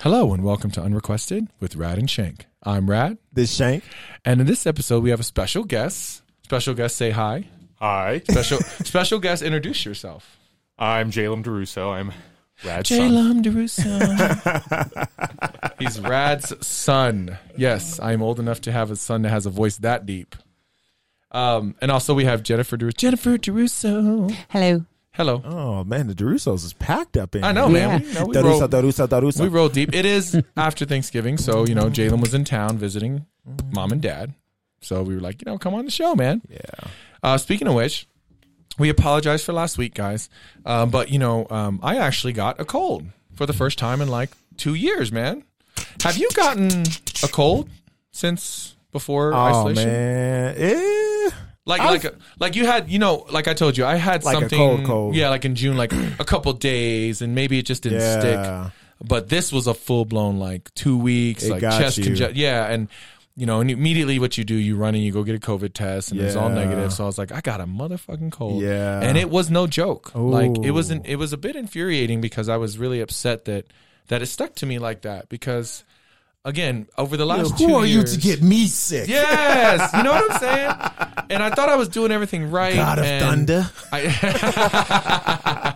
Hello and welcome to Unrequested with Rad and Shank. I'm Rad, This Shank. and in this episode we have a special guest. Special guest, say hi. Hi, Special special guest, introduce yourself. I'm Jalen Deruso. I'm Rad's son. Jalum Deruso. He's Rad's son. Yes, I'm old enough to have a son that has a voice that deep. Um, and also we have Jennifer Deruso. Jennifer Deruso. Hello. Hello. Oh man, the Derusos is packed up in. I know, here. man. Yeah. We, know, we roll- Deruso, Deruso, Deruso. We roll deep. It is after Thanksgiving, so you know Jalen was in town visiting mom and dad, so we were like, you know, come on the show, man. Yeah. Uh, speaking of which, we apologize for last week, guys, um, but you know, um, I actually got a cold for the first time in like two years, man. Have you gotten a cold since before oh isolation? man, eh. Like I've- like a, like you had you know like I told you I had Like a something cold, cold. yeah like in June like a couple days and maybe it just didn't Yeah. stick but this was a full blown like two weeks It like got chest you. congestion yeah and you know and immediately what you do you run and you go get a COVID test and it's all Yeah. negative so I was like I got a motherfucking cold Yeah. and it was no joke like it was Ooh. an, it was a bit infuriating because I was really upset that that it stuck to me like that because again over the last two who are years, you to get me sick? Yes, you know what I'm saying. And I thought I was doing everything right. God of and thunder. I-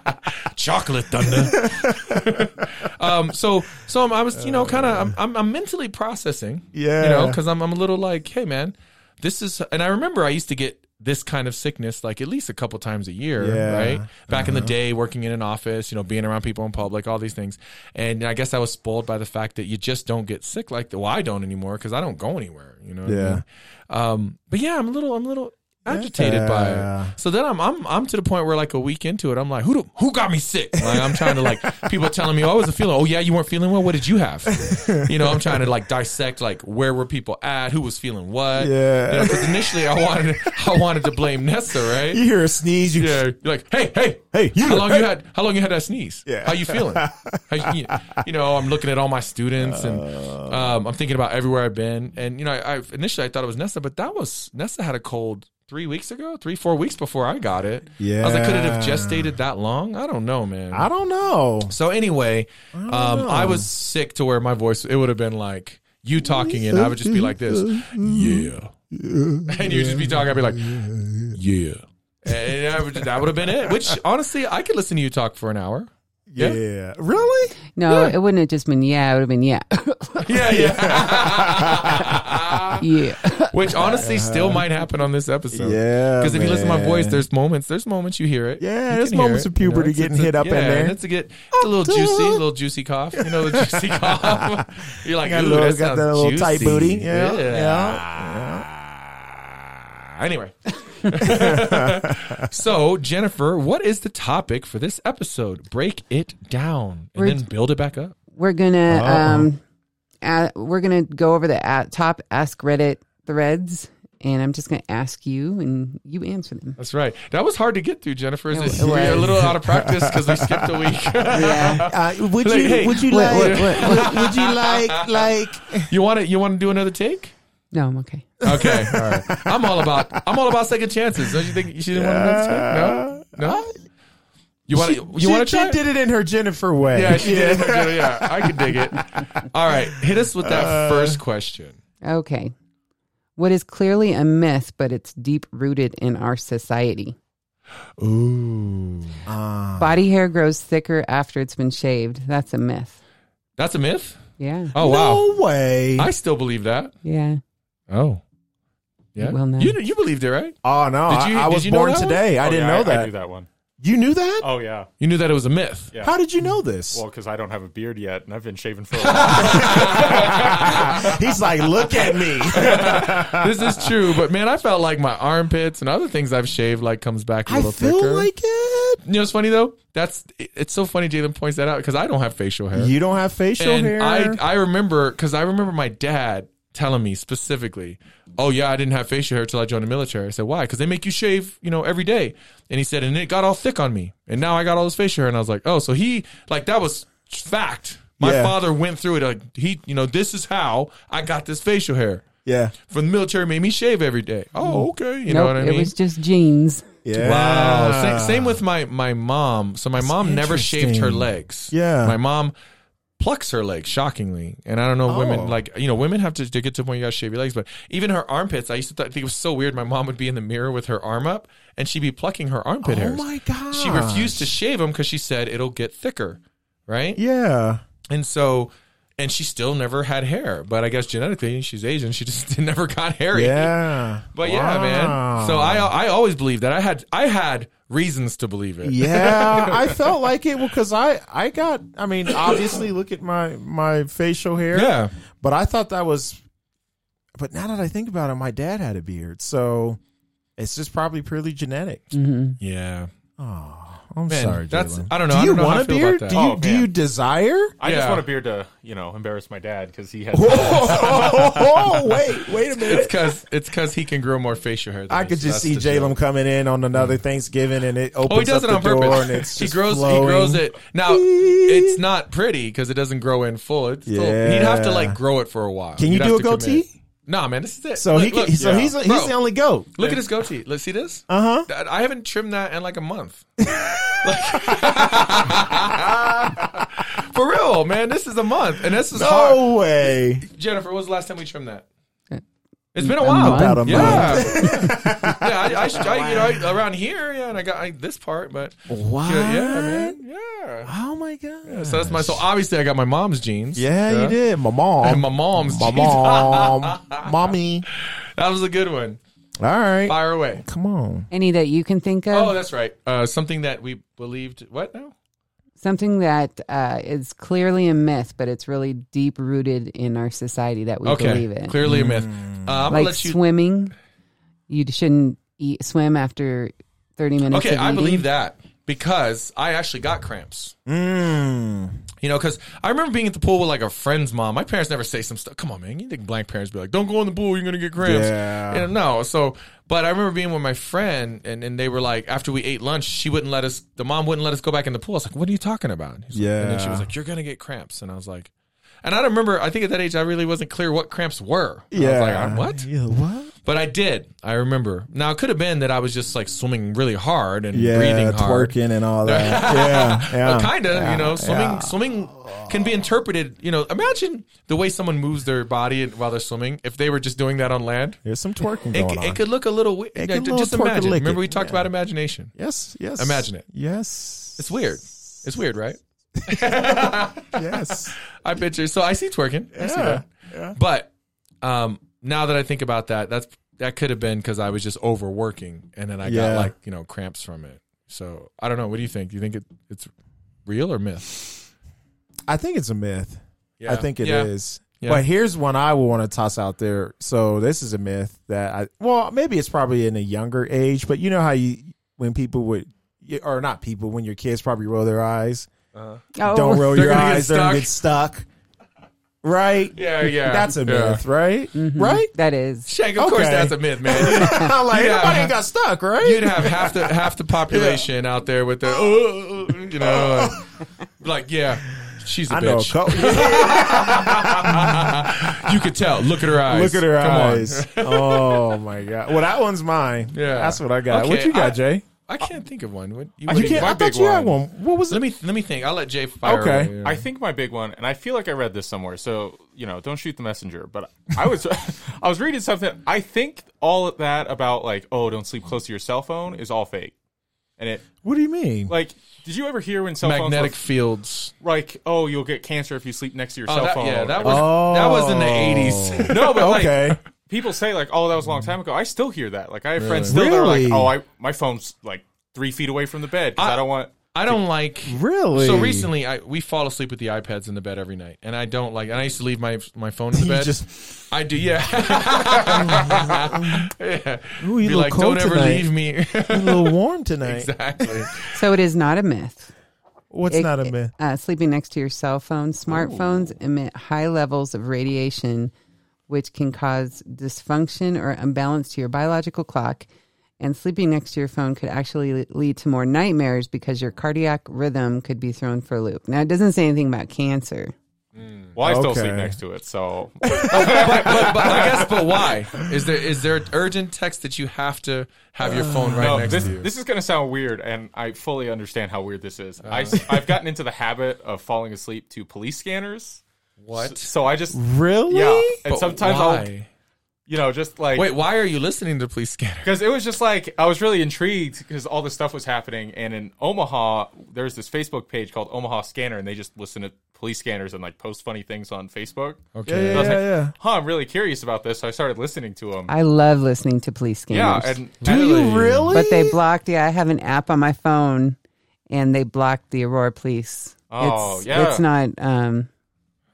chocolate thunder. um, so, so I'm, I was, you know, kind of, I'm, I'm, I'm mentally processing. you know, Yeah. because I'm, I'm a little like, hey, man, this is, and I remember I used to get this kind of sickness like at least a couple times a year, Yeah. Uh-huh. right? Back in the day, working in an office, you know, being around people in public, all these things, and I guess I was spoiled by the fact that you just don't get sick like the. Well, I don't anymore because I don't go anywhere. You know. what I Yeah. mean? Um, but yeah, I'm a little, I'm a little agitated by Yeah. it. So then I'm, I'm, I'm to the point where like a week into it, I'm like, who, do, who got me sick? Like I'm trying to like people telling me, oh, I wasn't feeling. Oh yeah, you weren't feeling well. What did you have? You know, I'm trying to like dissect like where were people at, who was feeling what. Yeah. Because initially I wanted, I wanted to blame Nessa, right? You hear a sneeze, you Yeah, you're like, hey, hey, Hey, you- how long you had? How long you had that sneeze? Yeah. how you feeling? How you, you know, I'm looking at all my students, and Oh. um, I'm thinking about everywhere I've been. And you know, I, I initially I thought it was Nessa, but that was Nessa had a cold three weeks ago, three four weeks before I got it. I was like, could it have Yeah. gestated that long? I don't know, man. I don't know. so anyway, um, I was sick to where my voice it would have been like you talking, and I would just be like this, yeah, and you'd just be talking. I'd be like, yeah. And I would- that would have been it. Which honestly, I could listen to you talk for an hour. Yeah. Really? No, it wouldn't have just been yeah. It would have been yeah, Yeah, yeah. yeah. Which honestly still might happen on this episode. Uh-huh. Yeah, Because if you listen to my man. voice, there's moments. There's moments you hear it. Yeah, You there's can hear moments it, of puberty it's- getting it's a- hit up in yeah, there. And it's a get it's a little juicy, little juicy cough. You know the juicy cough. You're like, Got a Ooh, little- that got that sounds little tight juicy." booty. Yeah, Ah, Anyway. so, Jennifer, what is the topic for this episode? Break it down and We're- then build it back up. We're gonna um, a we're gonna go over the at top ask Reddit threads, and I'm just gonna ask you, and you answer them. That's right. That was hard to get through, Jennifer. Is It it, we're a was. little out of practice because we skipped a week. Yeah. Uh, would Like, you? hey, would you what- like? what- Would, would you like? Like? you want to you want to do another take? No, I'm okay. Okay, all right. I'm all about I'm all about second chances. Don't you think she didn't want another take? No, no. You want to you want to she try? it? did it in her Jennifer way. Yeah, she did. Yeah, I can dig it. All right, hit us with that first question. Okay. What is clearly a myth, but it's deep rooted in our society. Ooh, Uh. Ah. Body hair grows thicker after it's been shaved. That's a myth. that's a myth. Yeah. Oh wow, No way. I still believe that. Yeah. Oh, yeah. Well, no. you you believed it, right? oh no! Did you- I, I did was you know born that one? today. I Oh, didn't yeah, know that. I knew that one. You knew that? Oh yeah. You knew that it was a myth. Yeah. How did you know this? Well, because I don't have a beard yet, and I've been shaving for a while. He's like, look at me. this is true, but man, I felt like my armpits and other things I've shaved like comes back a I little feel thicker. like it. you know what's funny though? That's it- it's so funny. Jalen points that out because I don't have facial hair. You don't have facial and hair. I I remember because I remember my dad telling me specifically, "Oh yeah, I didn't have facial hair till I joined the military." I said, "Why?" Because they make you shave, you know, every day. And he said, "And it got all thick on me, and now I got all this facial hair." And I was like, "Oh, so he like that was fact." My Yeah. father went through it. Like he, you know, this is how I got this facial hair yeah. from the military made me shave every day. Oh, okay. You know Mm. nope. what I mean? It was just jeans. Yeah. Wow. Sa- Same, with my my mom. So my mom never shaved her interesting. legs. Yeah. My mom plucks her legs shockingly and i don't know women Oh. like you know women have to, to get to the point you gotta shave your legs but even her armpits i used to th- think it was so weird my mom would be in the mirror with her arm up and she'd be plucking her armpit Oh hairs my god. she refused to shave them because she said it'll get thicker right Yeah. and so and she still never had hair but i guess genetically she's asian she just never got hairy Yeah. but yeah man so i i always believed that i had i had reasons to believe it yeah, I felt like it because I I got I mean obviously look at my my facial hair. yeah But I thought that was. But now that I think about it, my dad had a beard, so it's just probably purely genetic. yeah Oh, I'm Man, sorry, that's Jalen. i don't know I do you don't know how want I a feel beard? about Do that. you Oh, do man. you desire? I Yeah. just want a beard to, you know, embarrass my dad because he had. oh, wait, wait a it's minute. because it's because he can grow more facial hair than I me, could so just that's see the joke. Mm. Jalen coming in on another Thanksgiving, and it opens Oh, he does it up on the door, purpose. and it's he just grows. flowing. He grows it now. It's not pretty because it doesn't grow in full. It's still, Yeah. he'd have to like grow it for a while. Can you He'd do have a to commit. goatee? Nah, man, this is it. So Look, he, can, look. so he's he's Bro, the only goat. Look at his goatee. Let's see this. Uh huh. That- I haven't trimmed that in like a month. like, for real, man. This is a month, and this is hard. No way. Jennifer, when was the last time we trimmed that? It's been a a while. month. About a yeah. yeah, I, I, should- I, you know, I- around here, yeah, and I got I, this part, but What? yeah, yeah, man, yeah. Oh my god. So that's my so obviously I got my mom's jeans. yeah, you did. My And mom. my mom's My jeans. mom. Mommy. that was a good one. All right. Fire away. Come on. Any that you can think of? Oh, that's right. Uh, something that we believed. What now? Something that uh, is clearly a myth, but it's really deep rooted in our society that we believe it. Clearly a Mm. myth. Uh, I'm gonna like let you. swimming, you shouldn't eat swim after thirty minutes. Okay, of I eating. believe that because I actually got cramps. Mm. You know, because I remember being at the pool with like a friend's mom. My parents never say some stuff. Come on, man. You think black parents be like, don't go in the pool, you're going to get cramps. Yeah. You know, no. So, but I remember being with my friend and, and they were like, after we ate lunch, she wouldn't let us, the mom wouldn't let us go back in the pool. I was like, what are you talking about? He's like- and then she Yeah. was like, you're going to get cramps. And I was like, and I don't remember, I think at that age, I really wasn't clear what cramps were. I was like, Yeah. "Uh, what? Yeah, what? But I did. I remember. Now, it could have been that I was just like swimming really hard and Yeah, breathing hard. twerking and all that. yeah, yeah. kind of, you know, swimming. Swimming can be interpreted. You know, imagine the way someone moves their body while they're swimming. If they were just doing that on land, There's some twerking it, going c- on. it could look a little. We- It yeah, could ju- look just twerk and imagine. lick Remember, it. we talked about imagination. yes, yes. Imagine it. Yes. It's weird. It's weird, right? Yes. I picture. So I see twerking. I see Yeah, that. But um, now that I think about that, that's that could have been because I was just overworking, and then I Yeah. got like you know cramps from it. So I don't know. What do you think? Do you think it, it's real or myth? I think it's a myth. Yeah. I think it is. Yeah. Yeah. But here's one I would want to toss out there. So this is a myth that I well, maybe it's probably in a younger age, but you know how you when people would or not people when your kids probably roll their eyes. Oh, Don't roll They're your gonna get eyes; they're gonna get stuck. Right? Yeah, yeah, That's a yeah. myth, right? Right? That is. Shank, of course Okay. that's a myth, man. I'm like Yeah. everybody ain't got stuck, right? You'd have half the half the population out there with the, "Oh, oh, oh," you know, and, like yeah, she's a I know. A bitch. couple, You could tell. Look at her eyes. Look at her Come on. eyes. oh my god. Well, that one's mine. Yeah. that's what I got. what Okay, you got, I- Jay? I can't think of one. What, you, You what do you can't, I got? thought big you had one. one. What was let it? me let me think. I'll let Jay fire. Okay. away. I think my big one, and I feel like I read this somewhere. So you know, don't shoot the messenger. But I was, I was reading something. I think all of that about like, oh, don't sleep close to your cell phone is all fake. And it What do you mean? like, did you ever hear when cell Magnetic phones fields. were like, oh, you'll get cancer if you sleep next to your Oh, cell that, phone? yeah, that And was that was in the Oh. eighties. no, but like, okay. people say like, "Oh, that was a long time ago." I still hear that. Like, I have friends still Really? that are like, "Oh, I my phone's like three feet away from the bed 'cause I, I- don't want." I don't like Really? So recently, I we fall asleep with the iPads in the bed every night, and I don't like. And I used to leave my my phone in the You bed. just- I do, yeah. yeah. Ooh, you Be look like, cold don't ever tonight." leave me. a little warm tonight. exactly. So it is not a myth. What's It- not a myth? Uh, sleeping next to your cell phone, smartphones emit high levels of radiation, which can cause dysfunction or imbalance to your biological clock. And sleeping next to your phone could actually lead to more nightmares because your cardiac rhythm could be thrown for a loop. Now, it doesn't say anything about cancer. Well, I still sleep Okay. next to it, so but, but, but I guess, but why? Is there is there urgent text that you have to have your phone right no, next this to you? this is gonna sound weird, and I fully understand how weird this is. I have gotten into the habit of falling asleep to police scanners, what? so I just Really? yeah, and But sometimes I'll why? you know just like wait. Why are you listening to police scanner? Because it was just like I was really intrigued because all this stuff was happening, and in Omaha, there's this Facebook page called Omaha Scanner, and they just listen to police scanners and like post funny things on Facebook. Yeah, Okay. yeah, And I was yeah, like, yeah. huh, I'm really curious about this, so I started listening to them. I love listening to police yeah, scanners. and Do you really? but they blocked. Yeah, I have an app on my phone, and they blocked the Aurora Police. Oh, it's, yeah. it's not. Um,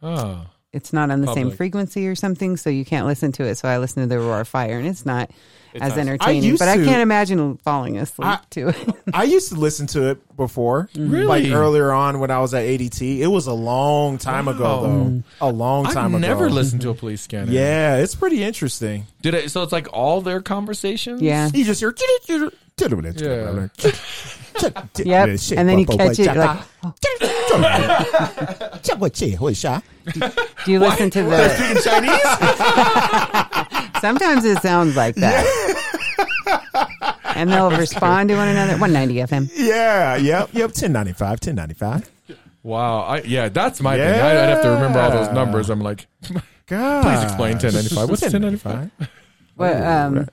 Oh. it's not on the Public. same frequency or something, so you can't listen to it. So I listen to the Aurora Fire, and it's not as sounds- I entertaining. used but I to- can't imagine falling asleep I- to it. I used to listen to it before, Mm-hmm. Really? like earlier on when I was at ADT. It was a long time ago, Wow. though. A long I've time ago. never listened to a police scanner. Yeah, it's pretty interesting. Did I, so it's like all their conversations? yeah. You just hear. Yeah. Yep. And then you catch it. Like, do you listen to the? In Chinese? Sometimes it sounds like that. and they'll respond to one another. 190 FM. Yeah, yep, yep. 1095, 1095. wow. I, yeah, that's my thing. I, I'd have to remember all those Yeah. numbers. I'm like, please God. explain 1095. What's 1095? What, um,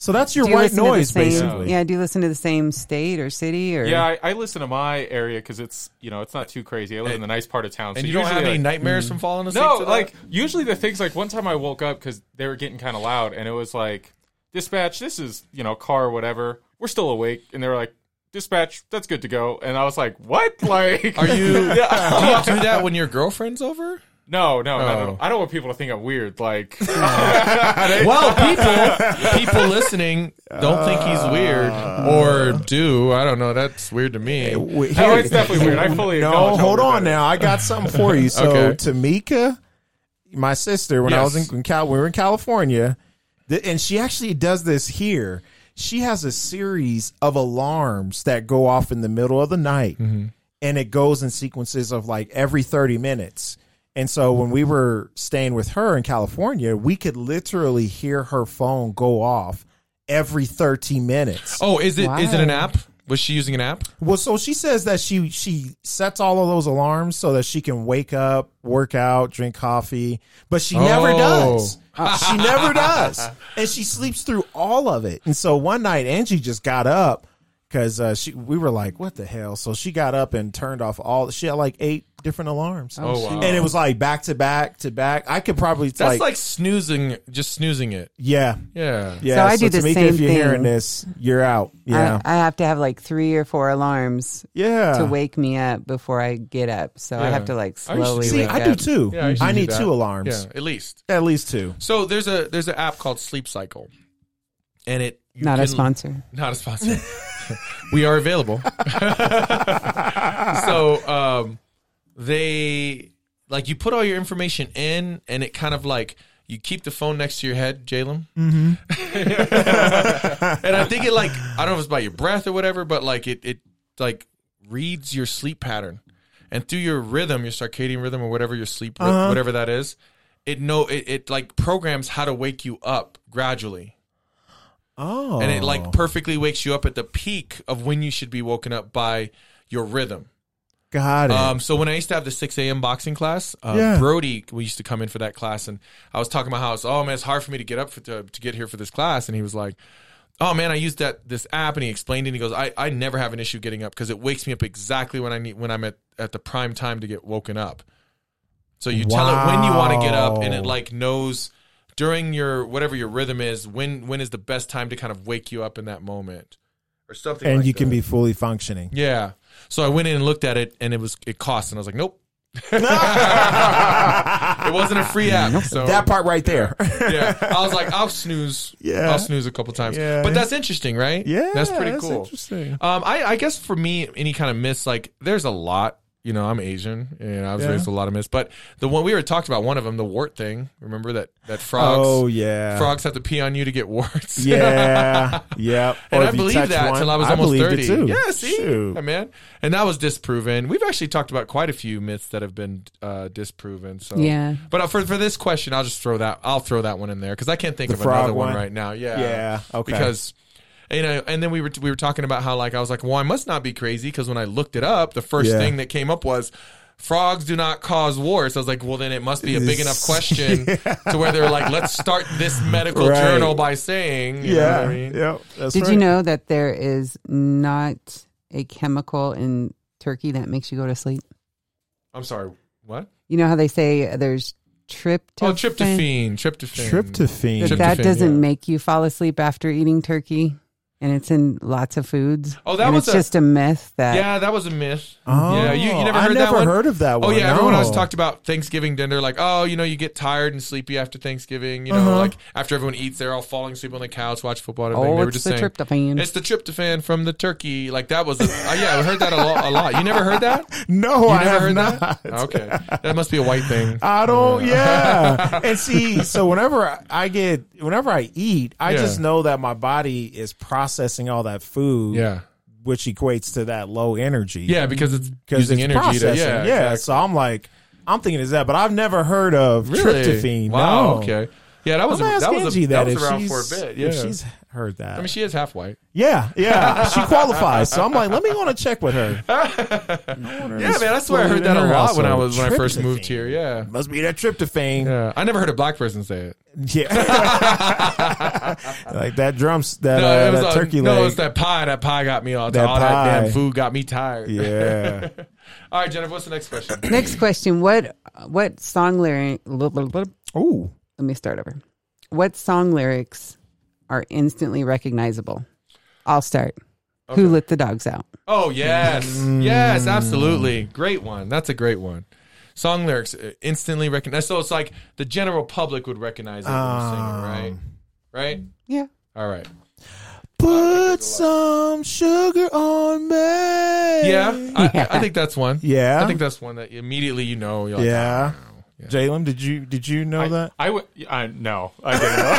So that's your do you white listen to the noise, same- basically. Yeah. Do you listen to the same state or city or? yeah, I, I listen to my area because it's you know it's not too crazy. I live in the nice part of town, so And you don't have usually, any like- nightmares from falling asleep? No, to that? like usually the things like one time I woke up because they were getting kind of loud, and it was like, "Dispatch, this is you know car or whatever. We're still awake," and they were like, "Dispatch, that's good to go." And I was like, "What? Like, Are you- Yeah. do you do that when your girlfriend's over? no, no, no, Oh. no. I don't want people to think I'm weird. Like, Well, people people listening don't think he's weird or do. I don't know. That's weird to me. Wait, no, here- it's definitely weird. I fully No, acknowledge how hold weird on that is. now. I got something for you. So Okay. Tamika, my sister, when I Yes. was in, in Cal, we were in California, th- and she actually does this here. She has a series of alarms that go off in the middle of the night, Mm-hmm. and it goes in sequences of like every thirty minutes. And so when we were staying with her in California, we could literally hear her phone go off every 30 minutes. Oh, is it is it an Wow. app? Was she using an app? Well, so she says that she she sets all of those alarms so that she can wake up, work out, drink coffee, but she never Oh. does. she never does, and she sleeps through all of it. And so one night, Angie just got up because uh, she we were like, "What the hell?" So she got up and turned off all. She had like eight different alarms. Oh, wow. And it was like back to back to back. I could probably That's like, like, snoozing, just snoozing it. yeah, Yeah. yeah. So I do the Tamika, same if you're hearing thing. this, you're out. Yeah, I, I have to have like three or four alarms yeah. to wake me up before I get up. So I Yeah. have to like I used to slowly see- See, wake I do up. too. Yeah, should I do need that. two alarms. Yeah, at least. At least two. So there's a there's an app called Sleep Cycle, and it you Not a can- sponsor. Not a sponsor. we are available. so um, they like you put all your information in, and it kind of like you keep the phone next to your head, Jalen. Mm-hmm. and I think it like I don't know if it's by your breath or whatever, but like it it like reads your sleep pattern, and through your rhythm, your circadian rhythm or whatever your sleep rhythm, whatever that is, it know it, it like programs how to wake you up gradually Oh, and it like perfectly wakes you up at the peak of when you should be woken up by your rhythm. got it. Um, so when I used to have the 6 a.m. boxing class, uh, Yeah. Brody we used to come in for that class, and I was talking about how it's oh man, it's hard for me to get up for, to, to get here for this class, and he was like, oh man, I used that this app, and he explained it. And he goes, I, I never have an issue getting up because it wakes me up exactly when I need when I'm at at the prime time to get woken up. So you tell it when you want to get up, and it Wow. like knows during your whatever your rhythm is when when is the best time to kind of wake you up in that moment or something. and like you can that. be fully functioning. yeah. So I went in and looked at it, and it was it cost, and I was like, nope. It wasn't a free app, so that part right there. yeah. I was like, I'll snooze. Yeah. I'll snooze a couple times. Yeah. But that's interesting, right? yeah, that's pretty cool. interesting. Um, I, I guess for me, any kind of myths, like there's a lot. You know, I'm Asian, and I was Yeah. raised with a lot of myths. But the one we already talked about, one of them, the wart thing. Remember that that Uh, frogs Oh yeah. frogs have to pee on you to get warts. Yeah. yep. And Or I if you believed touch that one- until I was I almost believed thirty. it too. Yeah, see, Shoot. Yeah, man, and that was disproven. We've actually talked about quite a few myths that have been uh, disproven. So Yeah. but uh, for for this question, I'll just throw that. I'll throw that one in there because I can't think The of another frog one. one? right now. Yeah, Yeah, okay. Because you know, and then we were we were talking about how like I was like, well, I must not be crazy because when I looked it up, the first Yeah. thing that came up was. Frogs do not cause wars. I was like, well, then it must be a big enough question to where they're like, let's start this medical Right. journal by saying, you know yeah. what I mean? Yep. That's Did right. you know that there is not a chemical in turkey that makes you go to sleep? I'm sorry, what? You know how they say there's tryptophan? Oh, tryptophan, tryptophan, Uh, Tryptophan. That, Tryptophan, that doesn't yeah. make you fall asleep after eating turkey, and it's in lots of foods. Oh, that and was it's a- just a myth that Yeah, that was a myth. Oh, yeah, you, you never I heard that never one. heard of that Oh one, yeah, everyone always no. talked about Thanksgiving dinner, like oh, you know, you get tired and sleepy after Thanksgiving. You know, Uh-huh. like after everyone eats, they're all falling asleep on the couch, watch football. and everything. oh, they were it's just the saying tryptophan. it's the tryptophan from the turkey. Like that was, a, oh, yeah, I heard that a lot. A lot. You never heard that? You No, I never have heard not. that? Okay, that must be a white thing. I don't. Yeah. and see, so whenever I- I get, whenever I eat, I Yeah. just know that my body is processing all that food, yeah, which equates to that low energy. yeah, because it's because using it's energy. To, processing. yeah, yeah. So I'm like, I'm thinking is that, but I've never heard of Really? tryptophan. Wow. no. Okay. Yeah, that was I'm gonna a, ask that was Angie a, that, that, was around if, for a she's, bit. Yeah. if she's heard that. I mean, she is half white. yeah, yeah, she qualifies. So I'm like, let me go on and check with her. Yeah, man, I swear I heard that a lot when I was when I first moved here. Yeah. Must be that tryptophan. Yeah. I never heard a black person say it. Yeah. like that drums that, No, uh, it was that uh, turkey no, it was that leg. pie. That pie got me all. That all that damn pie. food got me tired. yeah. All right, Jennifer. What's the next question? Next question: What what song lyric? Let Ooh. me start over. What song lyrics are instantly recognizable? I'll start. Who let the dogs out? Oh yes, Mm. yes, absolutely. Great one. That's a great one. Song lyrics uh, instantly recognized. So it's like the general public would recognize it when are singing, right? Right. Yeah. All right. Put some sugar on me. Yeah, Yeah. I, I think that's one. Yeah. I think that's one that immediately you know. You're like, Yeah. Jalen, did you did you know that? I would. I no. I didn't know.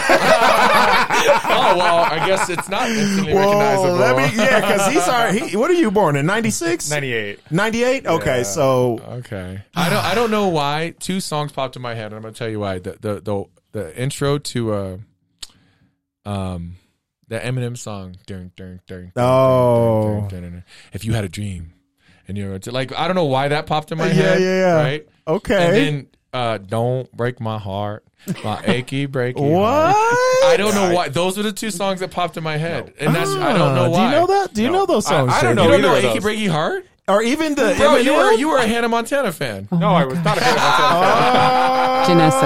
oh well, I guess it's not instantly recognizable. let me, yeah, because he's our. He, what are you born in? 96? Ninety-eight. 98? Okay, Yeah. so okay, I don't. I don't know why two songs popped in my head, and I'm gonna tell you why. The the the, the intro to uh, um, the Eminem song. Dun, dun, dun, dun, Oh. dun, dun, dun, dun. If you had a dream, and you're like, I don't know why that popped in my Yeah, head. yeah, yeah. Right. And okay. then uh, don't break my heart, my achy breaky. what? heart. I don't know why. Those are the two songs that popped in my head, and that's I don't know Ah, why. Do you know that? Do you No. know those I- I songs? don't You Jalen? know don't either know of achy those. breaky heart, Or even the bro. You were Eminem? you were a Hannah Montana fan. Oh. No, I was not a fan of myself. Janessa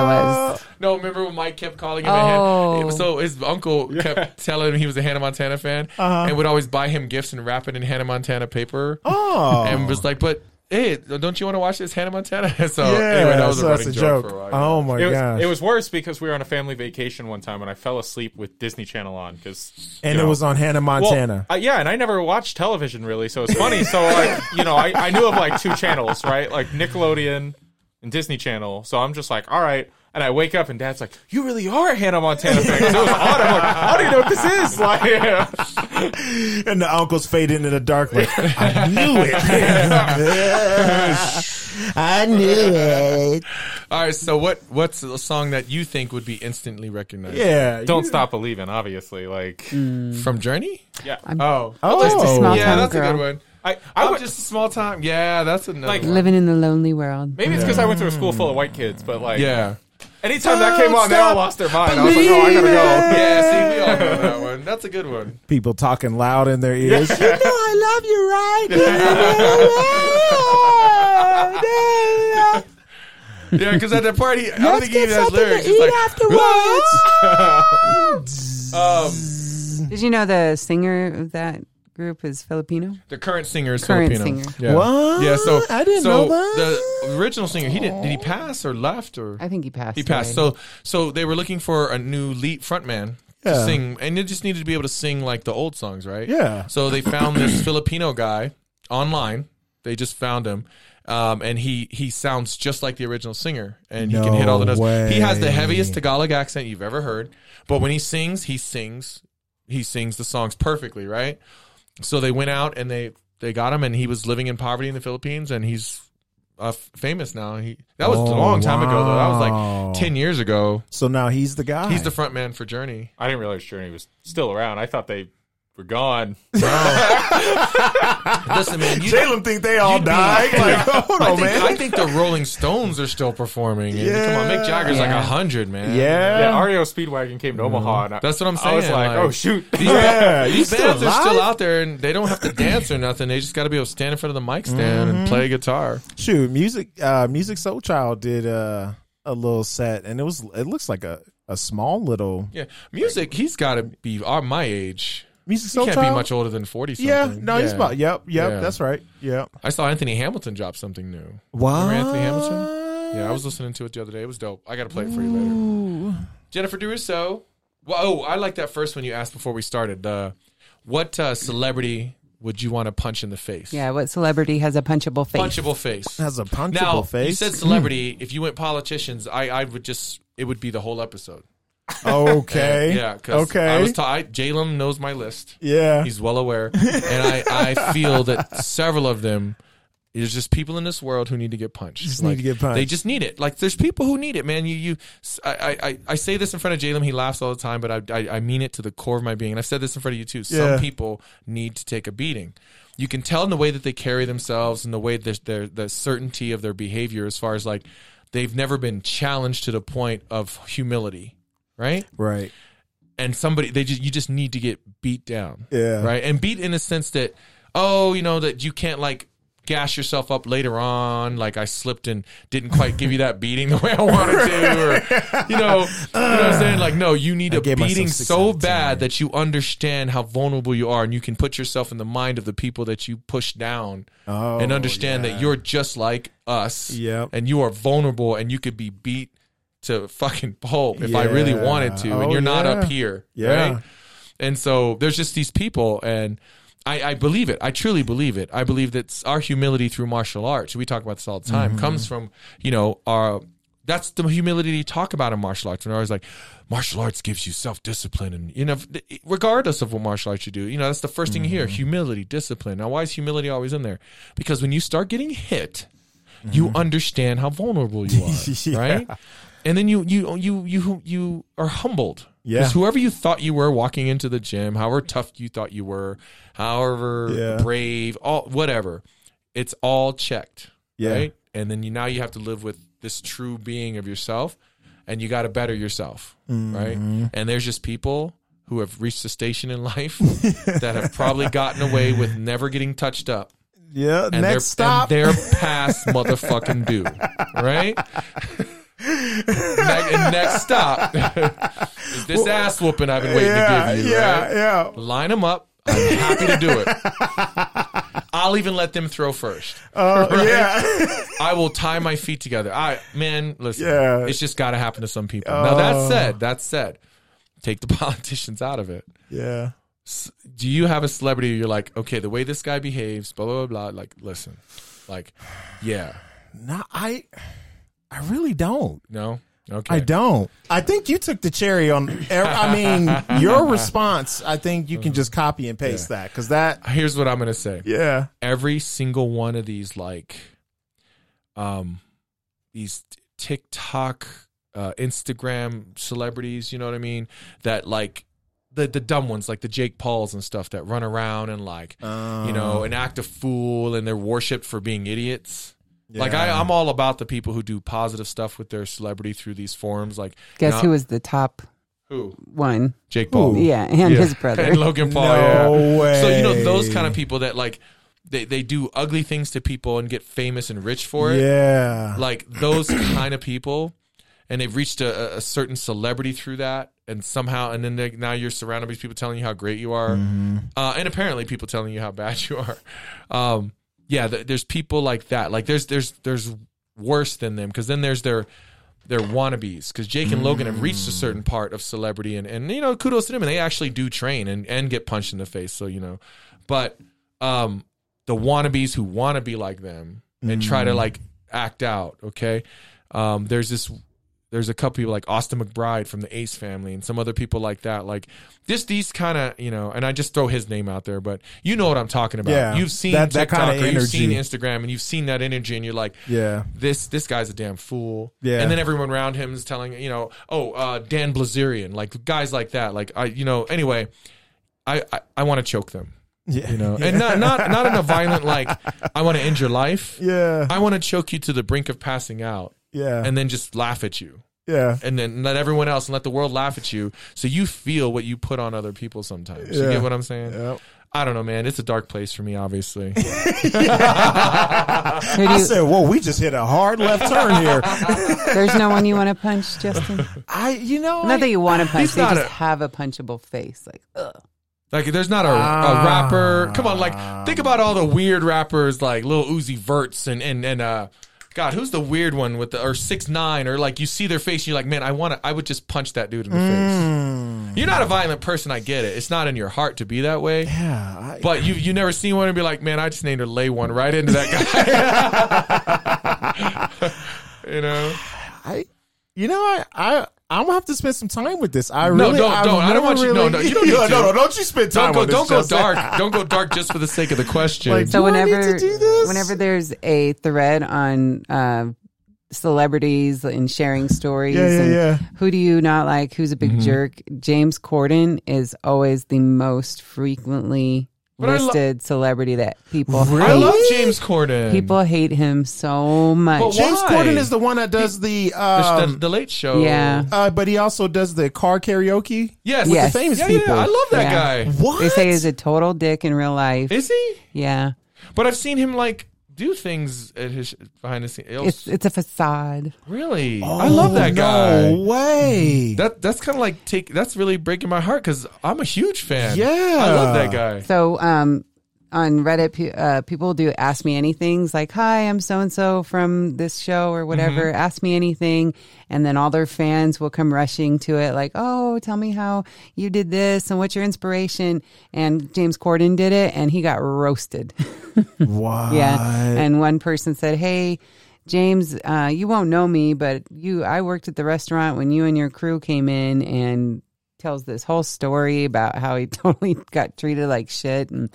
was. No, remember when Mike kept calling him Oh. a Hannah? So his uncle kept telling him he was a Hannah Montana fan and would always buy him gifts and wrap it in Hannah Montana paper. Uh-huh. Oh. And was like, but hey, don't you want to watch this Hannah Montana? so yeah, anyway, that was so a that's running a joke, joke. for a while. Oh my It gosh. was, it was worse because we were on a family vacation one time and I fell asleep with Disney Channel on because and it was on Hannah Montana. Well, uh, yeah, and I never watched television really, so it's funny. so like, you know, I, I knew of like two channels, right? Like Nickelodeon and Disney Channel. So I'm just like, all right. And I wake up and Dad's like, "You really are a Hannah Montana fan." 'Cause It was on. I'm like, "I don't even know what this is." Like, and the uncles fade into the dark. Like, I knew it. I knew it. All right, so what what's a song that you think would be instantly recognized? Yeah. don't you- stop believing. Obviously, like, From Journey? yeah, Oh. Oh, Just a small yeah, town that's a girl. good one. I, I I am would just a small time. Yeah, that's another Like- one. Living in the lonely world. maybe it's because I went to a school full of white kids, but like, Yeah. anytime that came on, they all lost their mind. I was like, believing. "Oh, I gotta go." Yeah, see, we all know that one. That's a good one. People talking loud in their ears. you know I love you, right? Yeah, because at that party, I don't Let's think he get even has something to lyrics. eat afterwards. um, Did you know the singer of that group is Filipino? the current singer is Current Filipino. singer. Yeah. What? Yeah. So I didn't so know that. The original singer, he did. Did he pass or left or? I think he passed. He passed. away. So so they were looking for a new lead frontman to Yeah. sing, and they just needed to be able to sing like the old songs, right? Yeah. So they found this Filipino guy online. They just found him, Um, and he he sounds just like the original singer, and he can No hit all the notes. He has the way. heaviest Tagalog accent you've ever heard. But when he sings, he sings he sings the songs perfectly, right? So they went out and they they got him, and he was living in poverty in the Philippines, and he's uh, f- famous now. He that was a Oh, long time ago though. That was wow. like ten years ago. So now he's the guy. He's the front man for Journey. I didn't realize Journey was still around. I thought they were gone. Listen, man, you, Jalen think they all you'd be- died. Like, hold I on, think, man. I think the Rolling Stones are still performing. and Come on, Mick Jagger's like Yeah. like hundred, man. yeah. Yeah, REO Speedwagon came to Omaha. And I, That's what I'm I was saying, like, like- oh shoot. These, Yeah, these he's still bands are still out alive? there, and they don't have to dance or nothing. They just got to be able to stand in front of the mic stand Mm-hmm. and play guitar. Shoot, music. Uh, music Soul Child did uh, a little set, and it was. It looks like a, a small little Yeah, music. He's got to be uh, my age. music. He Soul can't Child. be much older than forty. Something. Yeah, no, he's about. Yep, yep. Yeah. That's right. Yep. I saw Anthony Hamilton drop something new. Wow. Remember Anthony Hamilton? Yeah, I was listening to it the other day. It was dope. I got to play it for you later. Jennifer DeRusso. Well, oh, I like that first one you asked before we started. The what uh, celebrity would you want to punch in the face? Yeah, what celebrity has a punchable face? punchable face. Has a Uh, punchable now face. you Hmm. said celebrity. If you went politicians, I, I would just it would be the whole episode. okay. Yeah. 'cause Okay. I was ta- I- Jalen knows my list. yeah. He's well aware, and I, I feel that several of them. There's just people in this world who need to get punched. Just need to get punched. They just need it. Like there's people who need it, man. You you. I I, I- I say this in front of Jalen. He laughs all the time, but I, I I mean it to the core of my being. And I've said this in front of you too. Some Yeah. people need to take a beating. You can tell in the way that they carry themselves and the way that their the certainty of their behavior, as far as like they've never been challenged to the point of humility, right? right. and somebody they just you just need to get beat down. Yeah. Right? And beat in a sense that oh, you know that you can't like gas yourself up later on like I slipped and didn't quite give you that beating the way I wanted to or you know, you know what I'm saying like no, you need a gave myself beating six so out of ten. bad that you understand how vulnerable you are and you can put yourself in the mind of the people that you push down Oh, and understand that yeah. you're just like us Yep. and you are vulnerable and you could be beat to fucking pulp if I really Yeah. wanted to and Oh, you're not up yeah. here Yeah. right? And so there's just these people, and I, I believe it. I truly believe it. I believe that our humility through martial arts, we talk about this all the Mm-hmm. time, comes from, you know, our. That's the humility you talk about in martial arts. And I was like, martial arts gives you self discipline. And, you know, regardless of what martial arts you do, you know, that's the first thing you hear Mm-hmm. humility, discipline. Now, why is humility always in there? Because when you start getting hit, you understand how vulnerable you are, Mm-hmm. Yeah. right? And then you you you you you are humbled. Yeah. 'Cause whoever you thought you were walking into the gym, however tough you thought you were, however Yeah. brave, all whatever, it's all checked, Yeah. right? And then you now you have to live with this true being of yourself, and you got to better yourself, Mm-hmm. right? And there's just people who have reached a station in life that have probably gotten away with never getting touched up Yeah. and Next they're, stop. And they're past motherfucking due, right? next, and next stop is this ass whooping I've been waiting yeah. to give you. yeah. right? Yeah. Line them up. I'm happy to do it. I'll even let them throw first. Uh, Yeah. I will tie my feet together. I man, listen, Yeah. Oh. it's just got to happen to some people. now that said, that said, take the politicians out of it yeah. do you have a celebrity you're like, okay, the way this guy behaves, blah blah blah, blah like listen. Like, yeah. No, I. I really don't. No? Okay. I don't. I think you took the cherry on. I mean, your response. I think you can just copy and paste that because that. Here's what I'm gonna say. Yeah. Every single one of these like um these TikTok uh Instagram celebrities, you know what I mean? That like the the dumb ones, like the Jake Pauls and stuff that run around and like you Oh. know, and act a fool and they're worshipped for being idiots. Like I, I'm all about the people who do positive stuff with their celebrity through these forums. Like Guess now- who was the top who? one? Jake Paul. Yeah, and Yeah. his brother. And Logan Paul. No yeah. So you know those way. kind of people that like they, they do ugly things to people and get famous and rich for it. Yeah. Like those kind of people, and they've reached a, a- a certain celebrity through that, and somehow, and then they, now you're surrounded by these people telling you how great you are, uh, and apparently people telling you how bad you are. Um, yeah, th- there's people like that. Like there's there's there's worse than them because then there's their they're wannabes because Jake and Logan have reached a certain part of celebrity and and you know kudos to them and they actually do train and and get punched in the face so you know but um the wannabes who want to be like them and try Mm. to like act out. Okay, um, there's this. There's a couple people like Austin McBride from the Ace family and some other people like that. Like just these kind of you know, and I just throw his name out there, but you know what I'm talking about. Yeah, you've seen that- that TikTok kinda or you've seen energy. Instagram and you've seen that energy, and you're like, Yeah. this this guy's a damn fool. Yeah. And then everyone around him is telling you know, oh, uh, Dan Blazerian, like guys like that. Like I, you know, anyway, I I, I want to choke them, Yeah. you know, and not not not in a violent like I want to end your life. Yeah. I want to choke you to the brink of passing out, Yeah. and then just laugh at you, yeah. and then let everyone else and let the world laugh at you, so you feel what you put on other people sometimes. You Yeah. get what I'm saying? Yep. I don't know, man. It's a dark place for me, obviously. Who do I you- said, "Whoa, we just hit a hard left turn here." there's no one you want to punch, Justin. I, you know, Not that you want to punch, He's they not just a- have a punchable face. Like, ugh. Like, there's not a, Ah. a rapper. Come on, like, think about all the weird rappers, like Lil Uzi Verts and and and uh, God, who's the weird one with the or six nine or like you see their face, and you're like, man, I want to, I would just punch that dude in the Mm. face. You're not a violent person, I get it. It's not in your heart to be that way. yeah, I- But you you never seen one and be like, man, I just need to lay one right into that guy. you know? I, you know, I, I, I'm gonna have to spend some time with this. I really, don't, I've don't. I don't never want you- no, really- no, you don't need Yeah, to. no, no, don't you spend Don't time. go on this, don't go Justin. dark. Don't go dark just for the sake of the question. Like, So Do I need whenever to do this? whenever there's a thread on uh, celebrities and sharing stories, Yeah, yeah, and yeah. who do you not like? Who's a big jerk? James Corden is always the most frequently But I lo- listed celebrity that people hate. I love James Corden. People hate him so much. But James Why? Corden is the one that does the, the, um, the late show. Yeah. uh, but he also does the car karaoke. Yes. With the Yes. famous yeah, people. Yeah, I love that Yeah. guy. What They say he's a total dick in real life. Is he? yeah, But I've seen him like do things at his behind the scenes. It was- it's it's a facade. really, I love that Oh, no guy. way. That that's kind of like take. That's really breaking my heart because I'm a huge fan. Yeah. I love that guy. So, um, on Reddit, pe- uh, people do ask me anything's like, "Hi, I'm so and so from this show or whatever. Ask me anything," and then all their fans will come rushing to it, like, "Oh, tell me how you did this and what's your inspiration." And James Corden did it, and he got roasted. Wow. yeah, and one person said, "Hey." James, uh, you won't know me, but you, I worked at the restaurant when you and your crew came in, and tells this whole story about how he totally got treated like shit and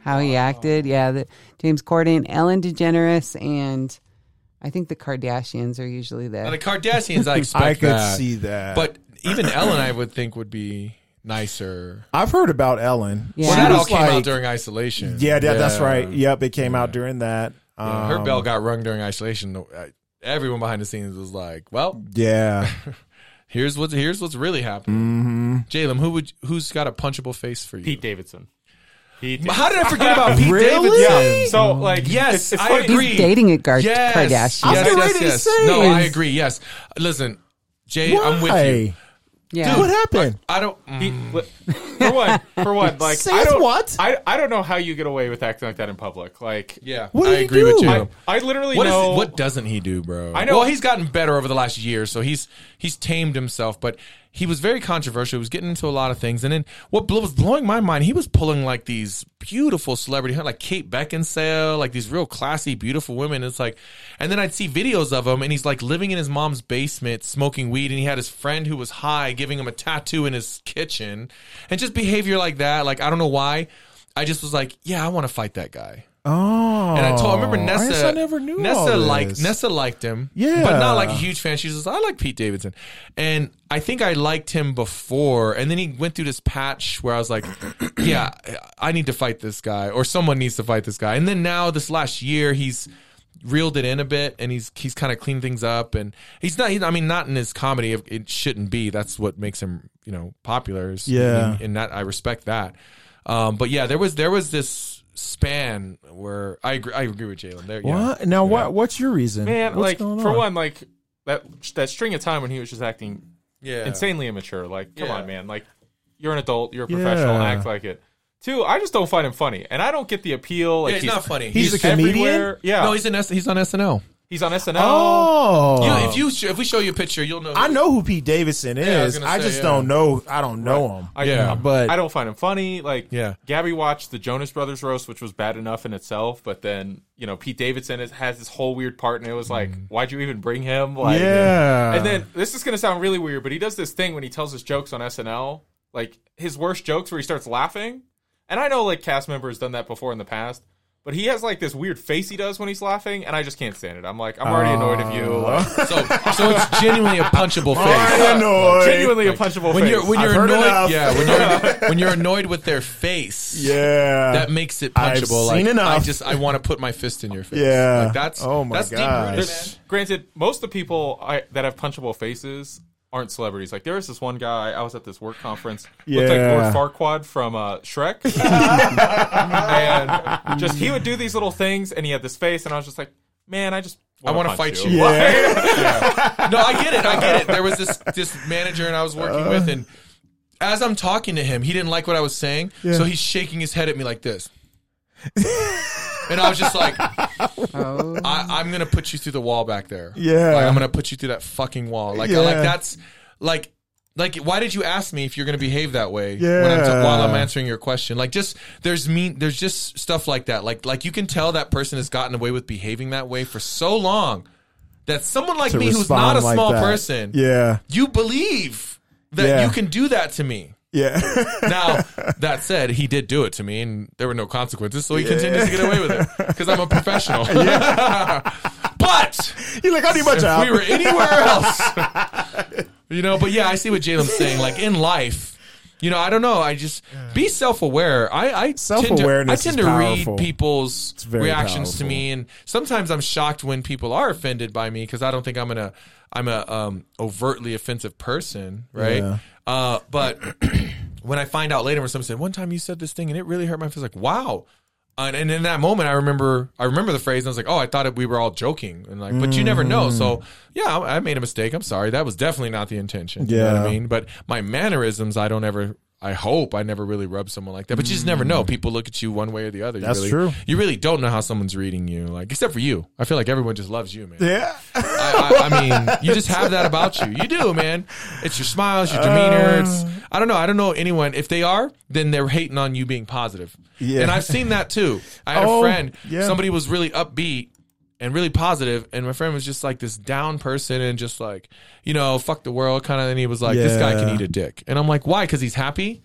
how he acted. Yeah, the, James Corden, Ellen DeGeneres, and I think the Kardashians are usually Now, the there. Kardashians, I expect. I could that. see that. But even Ellen, I would think would be nicer. I've heard about Ellen. Yeah. Well, She that all was came out like- during isolation. Yeah, that, that's right. Yep, it came out during that. Yeah, her Um, bell got rung during isolation. The- I- Everyone behind the scenes was like, "Well, Yeah. here's what's here's what's really happening." hmm Jalen, who would who's got a punchable face for you? Pete Davidson. Pete Davidson. How did I forget about Pete Really? Davidson? Yeah. So like, Yes, it's, it's I funny- agree. He's dating a Gar- Yes. Kardashian. I was getting ready to say No, I this. agree. Yes. Listen, Jay, Why? I'm with you. yeah. What happened? I don't. mm, He, li- for one, for one, like Says I don't, what? I, I don't know how you get away with acting like that in public. Like, yeah, What I do you agree do? with you. I, I literally What is- know what doesn't he do, bro? I know- Well, he's gotten better over the last year, so he's he's tamed himself. But he was very controversial. He was getting into a lot of things, and then what blew, was blowing my mind, he was pulling like these beautiful celebrity, like Kate Beckinsale, like these real classy, beautiful women. It's like, and then I'd see videos of him, and he's like living in his mom's basement, smoking weed, and he had his friend who was high giving him a tattoo in his kitchen, and just behavior like that. Like I don't know why. I just was like, yeah, I want to fight that guy. Oh. And I told, I remember guess Nessa. I never knew Nessa all this. liked Nessa liked him, Yeah. but not like a huge fan. She says, "I like Pete Davidson," and I think I liked him before. And then he went through this patch where I was like, "Yeah, I need to fight this guy, or someone needs to fight this guy." And then now this last year, he's reeled it in a bit, and he's he's kind of cleaned things up, and he's not. He's, I mean, not in his comedy. It- It shouldn't be. That's what makes him, you know, popular. is- Yeah. and- and that I respect that. Um, but yeah, there was there was this span where I agree, I agree with Jalen. There, yeah. What? Now, what? What's your reason? man, What's like going for on? one, like that that string of time when he was just acting Yeah, insanely immature. Like, come Yeah. on, man. Like, you're an adult, you're a professional, Yeah. act like it. Two, I just don't find him funny, and I don't get the appeal. Like, Yeah, he's not funny. He's a comedian? everywhere. Yeah, No, he's an S- he's on SNL. He's on SNL. Oh, You know, if you sh- if we show you a picture, you'll know. I know who Pete Davidson Yeah, I was is. gonna I, say, just yeah. don't know. I don't know him. I, Yeah. But- I don't find him funny. Like, Yeah. Gabby watched the Jonas Brothers roast, which was bad enough in itself, but then you know Pete Davidson is, has this whole weird part, and it was like, Mm. why'd you even bring him? Like, Yeah. And then this is gonna sound really weird, but he does this thing when he tells his jokes on SNL, like his worst jokes, where he starts laughing. And I know like cast members done that before in the past. But he has like this weird face he does when he's laughing, and I just can't stand it. I'm like, I'm already annoyed of you. Like, So so it's genuinely a punchable I face. don't know. genuinely a punchable When face. you're when I've you're heard annoyed, enough. yeah, when you're when you're annoyed with their face, yeah. that makes it I've punchable. like seen enough. I just I want to put my fist in your face. Yeah. like, that's Oh my that's deep gosh. rooted, man. Granted, most of the people I, that have punchable faces aren't celebrities. Like there was this one guy I was at this work conference, looked Yeah. like Lord Farquaad from uh, Shrek, and just he would do these little things, and he had this face, and I was just like, man, I just I want to punch fight you. No, I get it. I get it. There was this this manager and I was Uh-huh. working with, and as I'm talking to him, he didn't like what I was saying, so he's shaking his head at me like this. and I was just like, I, Oh, I'm gonna put you through the wall back there. Yeah. like, I'm gonna put you through that fucking wall. Like, I- like Yeah. that's like. Like, why did you ask me if you're going to behave that way when I'm Yeah. while I'm answering your question? Like, just there's mean, there's just stuff like that. Like, like you can tell that person has gotten away with behaving that way for so long that someone like To me, who's respond not a like small that. person, Yeah. you believe that Yeah. you can do that to me. Yeah. Now, that said, he did do it to me and there were no consequences, so he continues to get away with it because I'm a professional. but You're like, I need my if job. we were anywhere else, you know, but yeah, I see what Jalen's saying. Like in life, you know, I don't know. I just be self aware. I, I tend to- Self-awareness I tend is to powerful. read people's very reactions to powerful. me, and sometimes I'm shocked when people are offended by me because I don't think I'm gonna I'm a um, overtly offensive person, right? Yeah. Uh, but when I find out later, when someone said, "One time you said this thing and it really hurt my feelings," like wow. Uh, And, and in that moment, I remember I remember the phrase. And I was like, "Oh, I thought it, we were all joking," and like, but you never know. So Mm. yeah, I, I made a mistake. I'm sorry. That was definitely not the intention. You know what I Yeah. mean? But my mannerisms, I don't ever. I hope I never really rub someone like that. But you just never know. People look at you one way or the other. You Mm. That's really- true. You really don't know how someone's reading you. Like except for you, I feel like everyone just loves you, man. yeah. I, I, I mean, you just have that about you. You do, man. It's your smiles, your demeanor. Uh. It's I don't know. I don't know anyone. If they are, then they're hating on you being positive. Yeah. And I've seen that too. I had Oh, a friend. yeah. Somebody was really upbeat and really positive, and my friend was just like this down person and just like you know, fuck the world kind of. And he was like, this guy can Yeah. eat a dick. And I'm like, why? Because he's happy.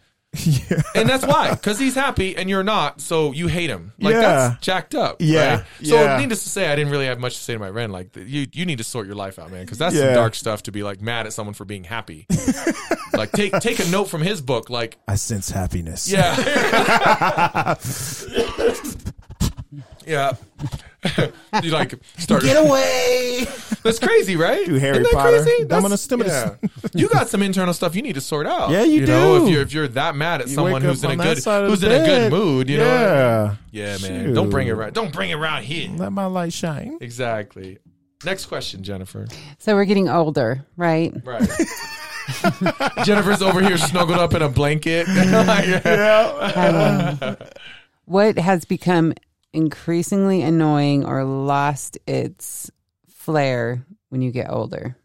And that's why, because he's happy and you're not, so you hate him. Like Yeah. that's jacked up. Yeah. right? So Yeah. needless to say, I didn't really have much to say to my friend. Like th- you, you need to sort your life out, man, because that's some Yeah. dark stuff to be like mad at someone for being happy. like take take a note from his book. Like I sense happiness. yeah, yeah. you like start Get away. that's crazy, right? Do Harry Isn't that Potter. crazy? Dominus Stimulus's. yeah. You got some internal stuff you need to sort out. Yeah, you Know, if do. you're if you're that mad at You someone wake who's up in a on that good side of who's the in a good bed. mood, you yeah. know. Yeah, man. Don't bring it Shoot. around. Don't bring it around here. Let my light shine. Exactly. Next question, Jennifer. so we're getting older, right? Right. Jennifer's over here snuggled up in a blanket. Um, what has become increasingly annoying or lost its flair when you get older?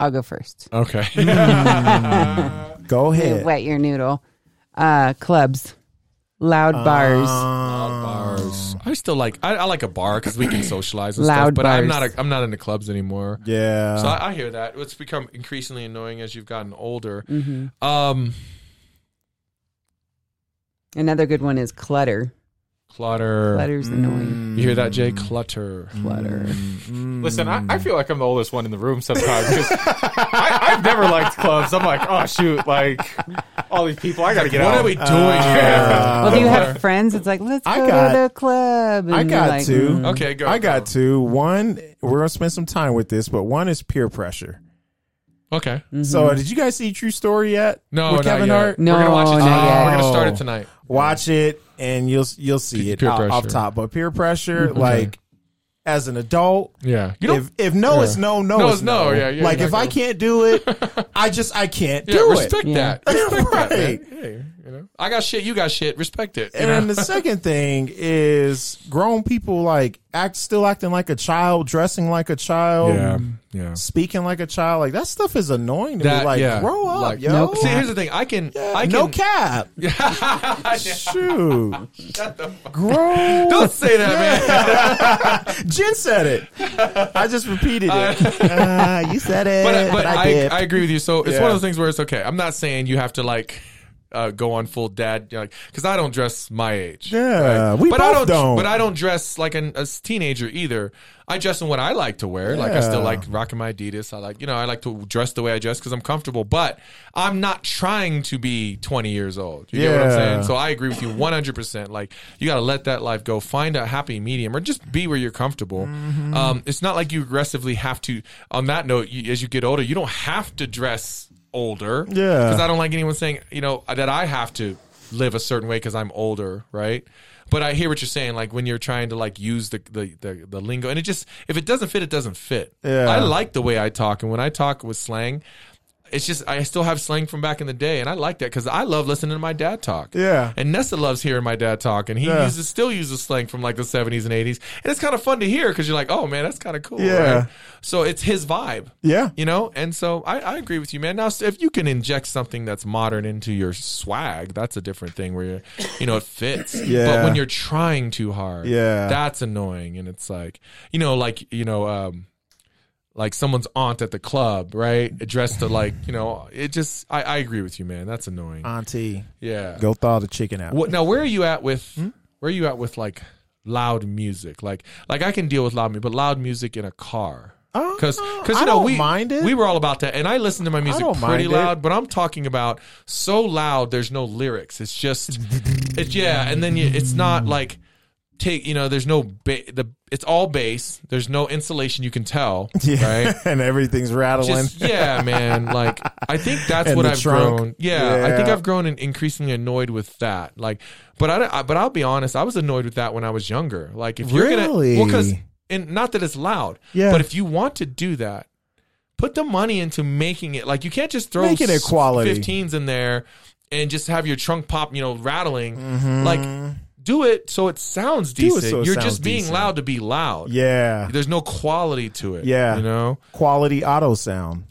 I'll go first. Okay. Go ahead. Wet your noodle. Uh, clubs, loud bars. Um, bars. I still like I, I like a bar because we can socialize and stuff. Loud But I'm not bars. a, I'm not into clubs anymore. Yeah. So I, I hear that. It's become increasingly annoying as you've gotten older. Mm-hmm. Um, Another good one is clutter. clutter. mm, Clutter's annoying. You hear that, Jay? Clutter. Clutter. Listen, I, Hmm. I feel like I'm the oldest one in the room sometimes. 'cause I, I've never liked clubs. I'm like, oh shoot, like all these people, I gotta get What out. are we doing Uh, Well, if here? you have friends, it's like let's go I got- to the club. And I you're got like, two. mm. okay, go. I got two. One, we're gonna spend some time with this, but one is peer pressure. Okay. So, did you guys see True Story yet? Mm-hmm. No, with not Kevin yet. Hart. No, We're gonna watch it. not tonight. We're yet. gonna start it tonight. Watch it, and you'll you'll see it Peer off, off pressure. top. But peer pressure, like as an adult, Yeah. You don't. if if no yeah. is no, no, No is is no. Yeah, yeah, like you're if not I gonna- can't do it, I just I can't yeah, do respect Yeah. that. Respect that. it. man. Right. hey, you know, I got shit. You got shit. Respect it. you And know? the second thing is grown people like act still acting like a child, dressing like a child, yeah, yeah. speaking like a child. Like that stuff is annoying to That- me. Like yeah. grow up, Like, yo. no See, here's the thing. I can. I can. no cap. Shoot. Grow. Don't say that, man. Jen said it. I just repeated it. Uh, you said it, But, I, but I, I, did. agree with you. So it's Yeah. one of those things where it's okay. I'm not saying you have to like uh, go on full dad, you know, like because I don't dress my age. Yeah, we but both I don't, don't. But I don't dress like an, a teenager either. I dress in what I like to wear. Like I still Yeah. like rocking my Adidas. I like you know I like to dress the way I dress because I'm comfortable. But I'm not trying to be 20 years old. You get what I'm Yeah. saying? So I agree with you 100. percent Like you got to let that life go. Find a happy medium or just be where you're comfortable. Mm-hmm. Um, it's not like you aggressively have to. On that note, you, as you get older, you don't have to dress older. Yeah. Because I don't like anyone saying, you know, that I have to live a certain way because I'm older, right? But I hear what you're saying, like when you're trying to like use the, the the the lingo, and it just if it doesn't fit, it doesn't fit. Yeah. I like the way I talk, and when I talk with slang, it's just I still have slang from back in the day, and I like that because I love listening to my dad talk. Yeah. and Nessa loves hearing my dad talk, and he Yeah. uses still uses slang from like the 70s and 80s, and it's kind of fun to hear because you're like, oh man, that's kind of cool. Yeah. right? so it's his vibe yeah, you know and so I, I agree with you man now if you can inject something that's modern into your swag that's a different thing where you're, you know it fits but Yeah. when you're trying too hard Yeah. that's annoying and it's like you know like you know um like someone's aunt at the club right dressed to like you know it just i, I agree with you man that's annoying Uh, Auntie, yeah go thaw the chicken out. what, now where are you at with Hmm? where are you at with like loud music like like i can deal with loud music but loud music in a car because Oh, because you I know don't we mind it. we were all about that and i listen to my music don't pretty mind it. loud but i'm talking about so loud there's no lyrics it's just it, yeah and then you, it's not like take you know there's no ba- the it's all bass there's no insulation you can tell Yeah, right and everything's rattling. just, yeah, man. Like I think that's And what the I've trunk. grown. Yeah, I think Yeah. I've grown and increasingly annoyed with that. Like, but I, don't- I but I'll be honest, I was annoyed with that when I was younger. Like if you're Really? gonna, well, because and not that it's loud, Yeah. But if you want to do that, put the money into making it. Like you can't just throw Make it s- equality. 15s in there and just have your trunk pop, you know, rattling. Like do it so it sounds Mm-hmm. it decent. so it you're sounds just being decent. loud to be loud. yeah, There's no quality to it. Yeah. You know? quality auto sound.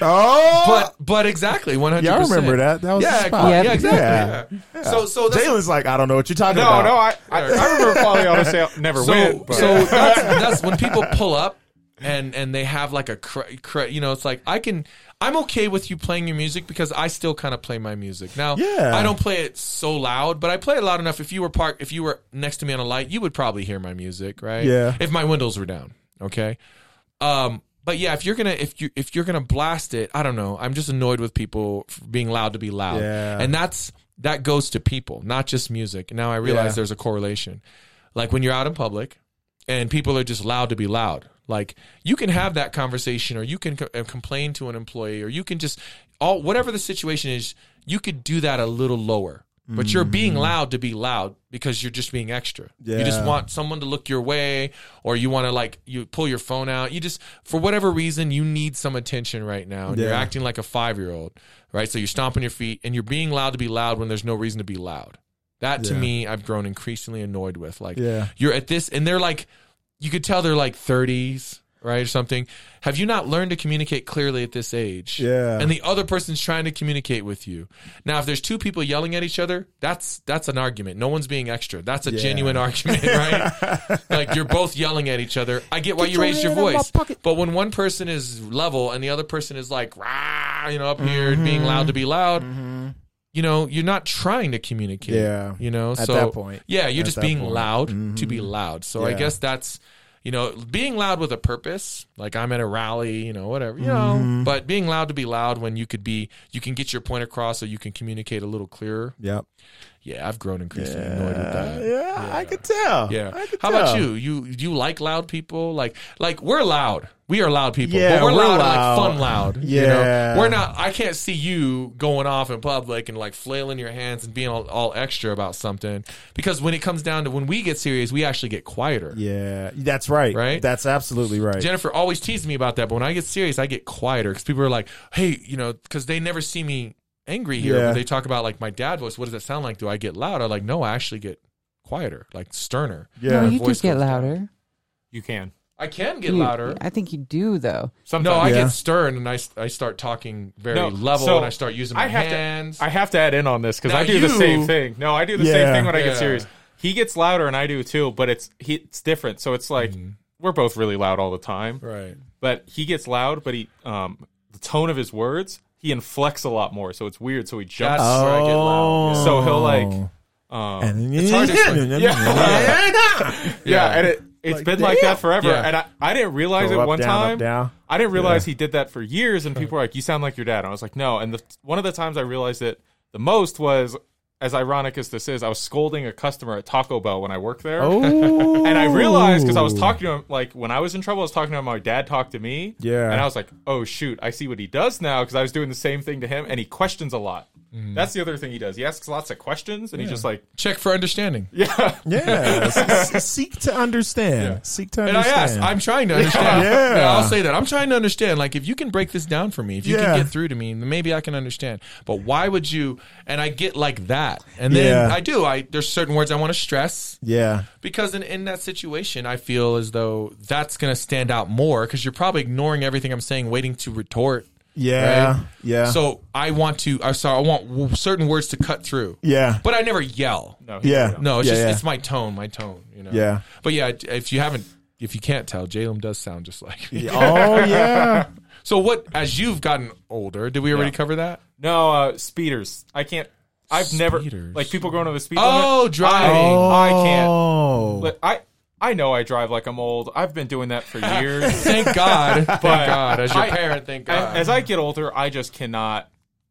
oh, but but exactly 100 Yeah, I remember that. That was the yeah, spot. yeah, Yep. exactly yeah. so so that's, Jalen's like, I don't know what you're talking No, about. no, I, I, I remember quality auto sale never so, went. But. so that's, that's when people pull up and and they have like a cra- cra- you know it's like i can i'm okay with you playing your music because i still kind of play my music now Yeah. i don't play it so loud but i play it loud enough if you were parked if you were next to me on a light you would probably hear my music right Yeah. if my windows were down okay um but yeah, if you're gonna if you if you're gonna blast it, I don't know. I'm just annoyed with people f- being loud to be loud, Yeah. and that's that goes to people, not just music. Now I realize Yeah. there's a correlation. Like when you're out in public, and people are just loud to be loud. Like you can have that conversation, or you can co- uh, complain to an employee, or you can just all whatever the situation is, you could do that a little lower. But you're being loud to be loud because you're just being extra. You just Mm-hmm. Yeah. want someone to look your way, or you want to like you pull your phone out. You just for whatever reason you need some attention right now, and you're Yeah. acting like a five year old, right? So you're stomping your feet and you're being loud to be loud when there's no reason to be loud. That to Yeah. me, I've grown increasingly annoyed with. Like, Yeah. you're at this, and they're like, you could tell they're like 30s, right, or something. Have you not learned to communicate clearly at this age? Yeah. And the other person's trying to communicate with you. Now, if there's two people yelling at each other, that's that's an argument. No one's being extra. That's a genuine argument, right? like you're both yelling at each other. I get why you your raised your hand in my voice, pocket. but when one person is level and the other person is like, rah, you know, up here and being loud to be loud. You know, you're not trying to communicate. Mm-hmm. Yeah. You know, At so that point. yeah, you're just that being point. loud to be loud. So I Mm-hmm. Yeah. guess that's you know being loud with a purpose. Like I'm at a rally, you know, whatever, you Mm-hmm. know. But being loud to be loud when you could be, you can get your point across, so you can communicate a little clearer. Yep. Yeah, I've grown increasingly annoyed with that. Yeah, I could tell. Yeah. I could How about tell. you? You you like loud people? Like like we're loud. We are loud people. Yeah, but we're, we're loud, and, loud. like fun loud. You know? Yeah. We're not I can't see you going off in public and like flailing your hands and being all, all extra about something. Because when it comes down to when we get serious, we actually get quieter. Yeah, that's right. Right? That's absolutely right. Jennifer always teases me about that, but when I get serious, I get quieter because people are like, "Hey, you know," because they never see me angry here. Yeah. But they talk about like my dad voice. What does that sound like? Do I get loud? I'm like, no, I actually get quieter, like sterner. Yeah. no, My you do voice get goes down. louder. You can. I can get You- louder. I think you do though. No, I Sometimes. Yeah. get stern and I, s- I start talking very No, level so and I start using my I have to- hands. I have to add in on this because Now I do you- the same thing. No, I do the Yeah. same thing when I Yeah. get serious. He gets louder and I do too, but it's he, it's different. So it's like we're both really loud all the time, Mm-hmm. right. but he gets loud, but he um the tone of his words he inflects a lot more, so it's weird. So he jumps. That's where I get loud. so he'll Oh. like um, it's hard to explain. Yeah, Yeah. and it it's Like, been like damn. that forever. Yeah. And I, I didn't realize Go it up, one down, up, time. down. I didn't realize he did that for years, and people were like, "You sound like your dad." And I was like, "No." And the, one of the times I realized it the most was, as ironic as this is, I was scolding a customer at Taco Bell when I worked there, Oh. and I realized because I was talking to him, like when I was in trouble, I was talking to him. My dad talked to me, Yeah. and I was like, "Oh shoot, I see what he does now." Because I was doing the same thing to him, and he questions a lot. Mm. That's the other thing he does. He asks lots of questions, and he just like, Check for understanding. "Yeah." Yeah. S- s- Seek to understand. Seek to And I understand. asked, I'm trying to understand. Yeah. I'll say that. I'm trying to understand. Like, if you can break this down for me, if you Yeah. can get through to me, then maybe I can understand. But why would you? And I get like that. And then Yeah. I do. I There's certain words I want to stress yeah. because in, in that situation, I feel as though that's going to stand out more because you're probably ignoring everything I'm saying, waiting to retort. Yeah. Right? Yeah. So I want to, I sorry, I want w- certain words to cut through. yeah. But I never yell. No, he- Yeah. No, it's yeah, just yeah. it's my tone, my tone. You know. Yeah. But yeah, if you haven't, if you can't tell, Jalen does sound just like me. oh yeah. So what? As you've gotten older, did we already Yeah. cover that? No, uh, speeders. I can't. I've never Speeders. like people going over the speed Oh, limit. driving. I, I can't. Oh. But I I know I drive like I'm old. I've been doing that for years. Thank God. thank God. As your I- parent, thank God. I- as I get older, I just cannot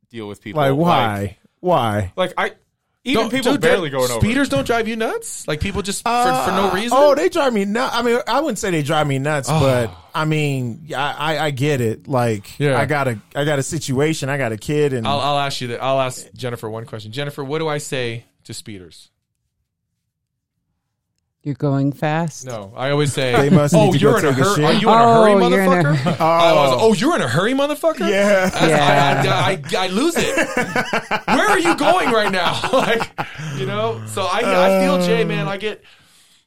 deal with people. Like why? Why? Like, like, I even Don't- people dude, barely that- going over. Speeders don't drive you nuts? Like people just for, for no Uh, reason? Ah. Oh, they drive me nuts. I mean, I wouldn't say they drive me nuts, but I mean, I, I, I get it. Like, Yeah. I got a, I got a situation. I got a kid, and I'll, I'll ask you that. I'll ask Jennifer one question. Jennifer, what do I say to speeders? You're going fast. No, I always say, They must "Oh, need to go you're in a take a hurry. shit. Are you in a hurry, Oh, you're in a- motherfucker?" I was, oh, you're in a hurry, motherfucker. Yeah. That's- I- I, I- I lose it. Where are you going right now? like, you know. So I, I feel Uh, Jay, man. I get.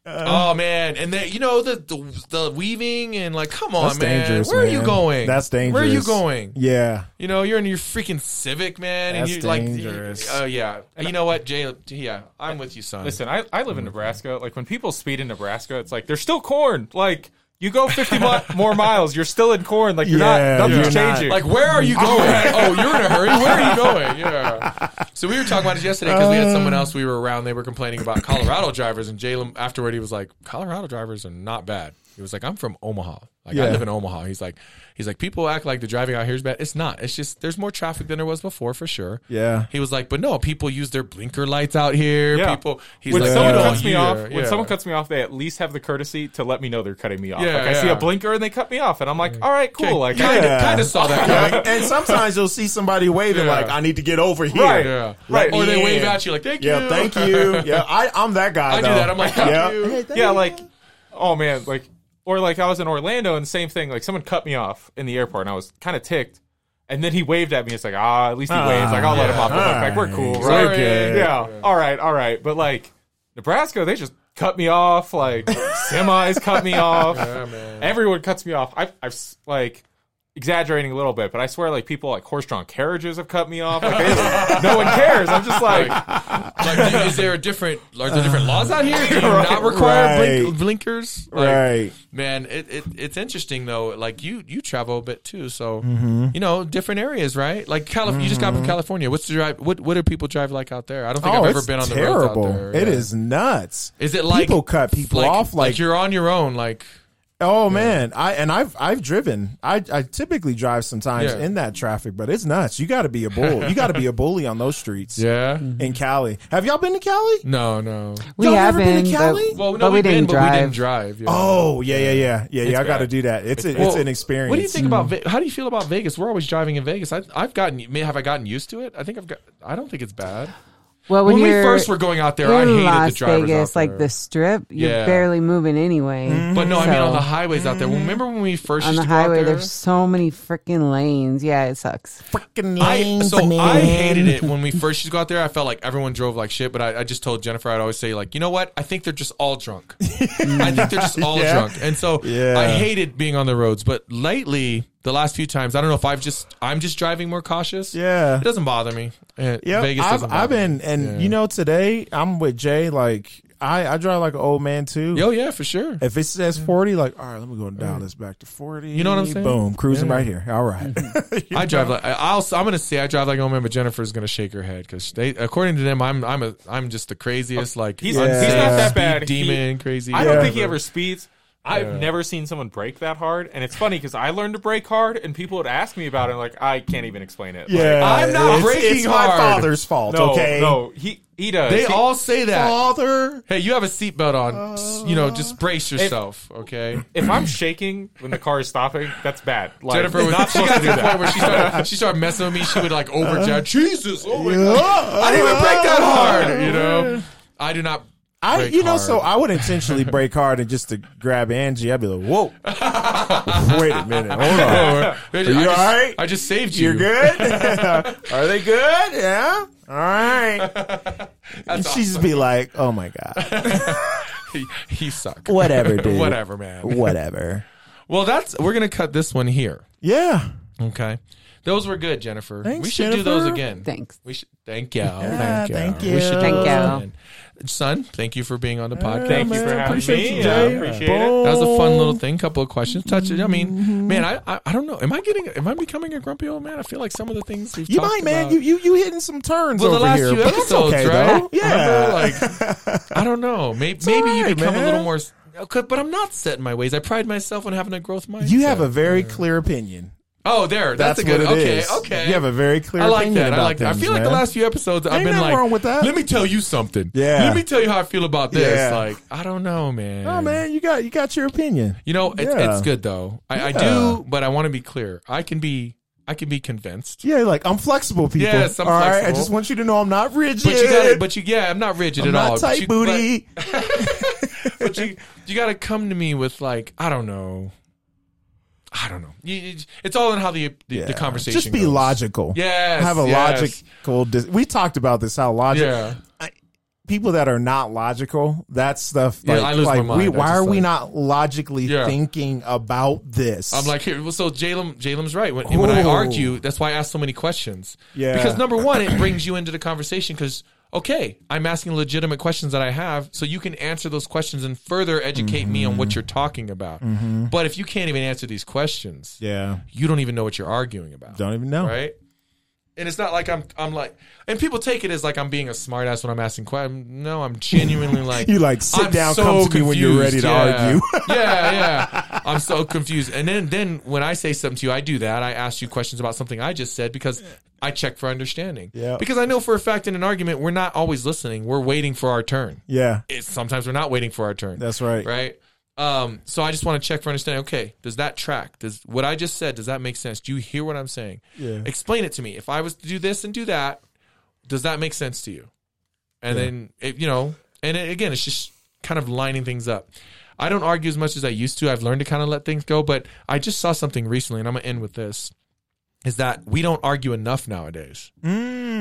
oh man, and then you know the, the the weaving and like, come on, that's man. dangerous. Where are you man. going? That's dangerous. Where are you going? Yeah. You know, you're in your freaking Civic, man, and That's you like, dangerous. oh yeah. You know what, Jay? Yeah, I'm with you, son. Listen, I, Oh I live in Nebraska. Like when people speed in Nebraska, it's like they're still corn. Like you go 50 mi- more miles, you're still in corn. Like you're Yeah, not nothing's you're not. changing. Like, where are you going? oh, you're in a hurry. Where are you going? Yeah. So we were talking about it yesterday because we had someone else we were around. They were complaining about Colorado drivers, and Jalen afterward he was like, "Colorado drivers are not bad." He was like, "I'm from Omaha. Like Yeah. I live in Omaha." He's like, "He's like people act like the driving out here is bad. It's not. It's just there's more traffic than there was before for sure." Yeah. He was like, "But no, people use their blinker lights out here. Yeah. People." He's when like, someone "You don't cuts me either." off, Yeah. when someone cuts me off, they at least have the courtesy to let me know they're cutting me off. Yeah, like I see yeah. a blinker and they cut me off, and I'm like, all right, cool. Like, kind Yeah. of kind of saw that coming. and sometimes you'll see somebody waving Yeah. like, "I need to get over here." Right. Yeah. Let Or me they wave in. at you like, "Thank Yeah, you, thank you. Yeah, I, I'm that guy. I do though. that. I'm like, "Thank Yeah. you." yeah, like, oh man, like, or like I was in Orlando and the same thing. Like someone cut me off in the airport, and I was kind of ticked. And then he waved at me. It's like, ah, at least he waves. Like, I'll let him off. the hook. Like, we're cool, Alright. right? Sorry. good. Yeah. All right. All right. But like Nebraska, they just cut me off. Like semis cut me off. Everyone cuts me off. I've, I've s- like exaggerating a little bit, but I swear like people like horse drawn carriages have cut me off. Like they just, no one cares. I'm just like, Like, do- is there a different? Are there different laws out here? Do you not require blink, Right. blinkers? Like, Right. Man, it, it it's interesting though. Like you you travel a bit too, so Mm-hmm. you know different areas, right? Like Calif- you just got from California. What's the drive? What what do people drive like out there? I don't think oh, I've ever it's been on the roads out terrible. there. It Yeah. is nuts. Is it like people cut people off like, you're on your own? Like oh man I and I've I've driven I I typically drive sometimes Yeah. in that traffic but it's nuts you got to be a bull you got to be a bully on those streets yeah. in Cali have y'all been to Cali No, no. We Y'all have never been to but- Cali? Well, no, but we we've been, didn't but we drive. didn't drive. Yeah. oh yeah yeah yeah yeah y'all got to bad. do that it's a, it's Well, an experience What do you think about? Mm. Ve- How do you feel about Vegas? We're always driving in Vegas. I, I've gotten. May have I gotten used to it? I think I've got. I don't think it's bad. Well, when, when we you're first were going out there, I in hated Las the drivers Vegas, out there. like the Strip, you're Yeah. Mm-hmm. barely moving anyway. But no, I So, mean on the highways out there. Remember when we first on used the to go out highway, there? there's so many freaking lanes. Yeah, it sucks. Freaking I, lanes, so man. I hated it when we first used to go out there. I felt like everyone drove like shit, but I, I just told Jennifer I'd always say like, you know what? I think they're just all drunk. I think they're just all Mm. Yeah. drunk, and so Yeah. I hated being on the roads. But lately, the last few times, I don't know if I've just I'm just driving more cautious. Yeah. it doesn't bother me. Yeah, Yep, Vegas I've, doesn't. Bother I've been, and you know, today I'm with Jay. Like I, I drive like an old man too. Me. Oh yeah, for sure. If it says forty, like all right, let me go down this back to forty. You know what I'm saying? Mm-hmm. Boom, cruising right here. All right. I drive like I- I'll. I'm gonna say I drive like a man, but Jennifer's gonna shake her head because they, according to them, I'm I'm a I'm just the craziest like He's, unsafe he's not that speed bad. He- demon crazy. I don't Yeah. think he ever speeds. I've never seen someone brake that hard, and it's funny because I learned to brake hard, and people would ask me about it, and like I can't even explain it. Like, yeah, I'm not it's, breaking it's my hard. father's fault. no, okay, no, he he does. They He- all say that. father. Hey, you have a seatbelt on. S- you know, just brace yourself, okay? If I'm shaking when the car is stopping, that's bad. Like, Jennifer was not she supposed to got do to the point that. Uh-huh. where she started she started messing with me. She would like overjudge. Jesus, oh my God. I I didn't even break that hard. You know, I do not. I, break you know, hard. so I would intentionally break hard and just to grab Angie, I'd be like, "Whoa, wait a minute, hold Are on, you I you just, all right? I just saved you. you're good? Are they good? Yeah, all right." And she'd just be like, "Oh my god, He, he suck. whatever, dude, Whatever, man. whatever." Well, that's we're gonna cut this one here. Yeah, Okay, those were good, Jennifer. Thanks, we should do those Jennifer. again. Thanks. We should thank you. Yeah, thank We you. should do Thank those you. again. Son, thank you for being on the podcast. Thank you Oh, man, for having appreciate me. you, Yeah, Jay. appreciate it. That was a fun little thing. Couple of questions. Touch it. I Mm-hmm. mean, man, I, I I don't know. Am I getting? Am I becoming a grumpy old man? I feel like some of the things we've You talked might, man. about- You you you hitting some turns well, the over last here, few but episodes, it's okay right? though. Yeah, Remember, like I don't know. Maybe maybe you alright, become a man. little more. s- Okay, but I'm not set in my ways. I pride myself on having a growth mindset. you have a very clear opinion. oh there. That's, That's, a good. what it okay, is. okay. You have a very clear I like opinion that. about I like that. I things, feel like the man. last few episodes, I've Ain't been nothing like, wrong with that. Let me tell you something. Yeah. Let me tell you how I feel about this. Yeah. Like I don't know, man. Oh man, you got you got your opinion. You know, it's, Yeah. it's good though. I, I Yeah. do, but I want to be clear. I can be, I can be convinced. Yeah, like I'm flexible, people. Yes, I'm All right, flexible. I just want you to know I'm not rigid. But you got, but you, yeah, I'm not rigid I'm at not all. tight but you, booty. but, but you, you got to come to me with like, I don't know, I don't know. You, you- it's all in how the the, the Yeah. conversation. Just be goes. logical. Yes, have a yes. logical. Dis- we talked about this. How logical. Yeah. People that are not logical, that stuff. Yeah, Like, I lose my like, We, mind. I why just are we like- not logically Yeah. thinking about this? I'm like, here, well, so Jalen, Jalen's right. When, when I Ooh. argue, that's why I ask so many questions. Yeah. Because number one, it brings you into the conversation because, okay, I'm asking legitimate questions that I have, so you can answer those questions and further educate me on Mm-hmm. what you're talking about. But if you can't even answer these questions, yeah, you don't even know what you're arguing about. don't even know. Right? And it's not like I'm, I'm like, and people take it as like I'm being a smartass when I'm asking questions. No, I'm genuinely like, You like sit I'm down, so come to me when you're ready confused. to Yeah. argue. yeah, yeah. I'm so confused. And then, then when I say something to you, I do that. I ask you questions about something I just said because I check for understanding. Yeah. Because I know for a fact in an argument, we're not always listening. We're waiting for our turn. yeah, It's, sometimes we're not waiting for our turn. that's right. right. Um, so I just want to check for understanding. Okay, does that track? Does what I just said? Does that make sense? Do you hear what I'm saying? Yeah. Explain it to me. If I was to do this and do that, does that make sense to you? And then it, you know, and it, again, it's just kind of lining things up. I don't argue as much as I used to. I've learned to kind of let things go, but I just saw something recently, and I'm gonna end with this: is that we don't argue enough nowadays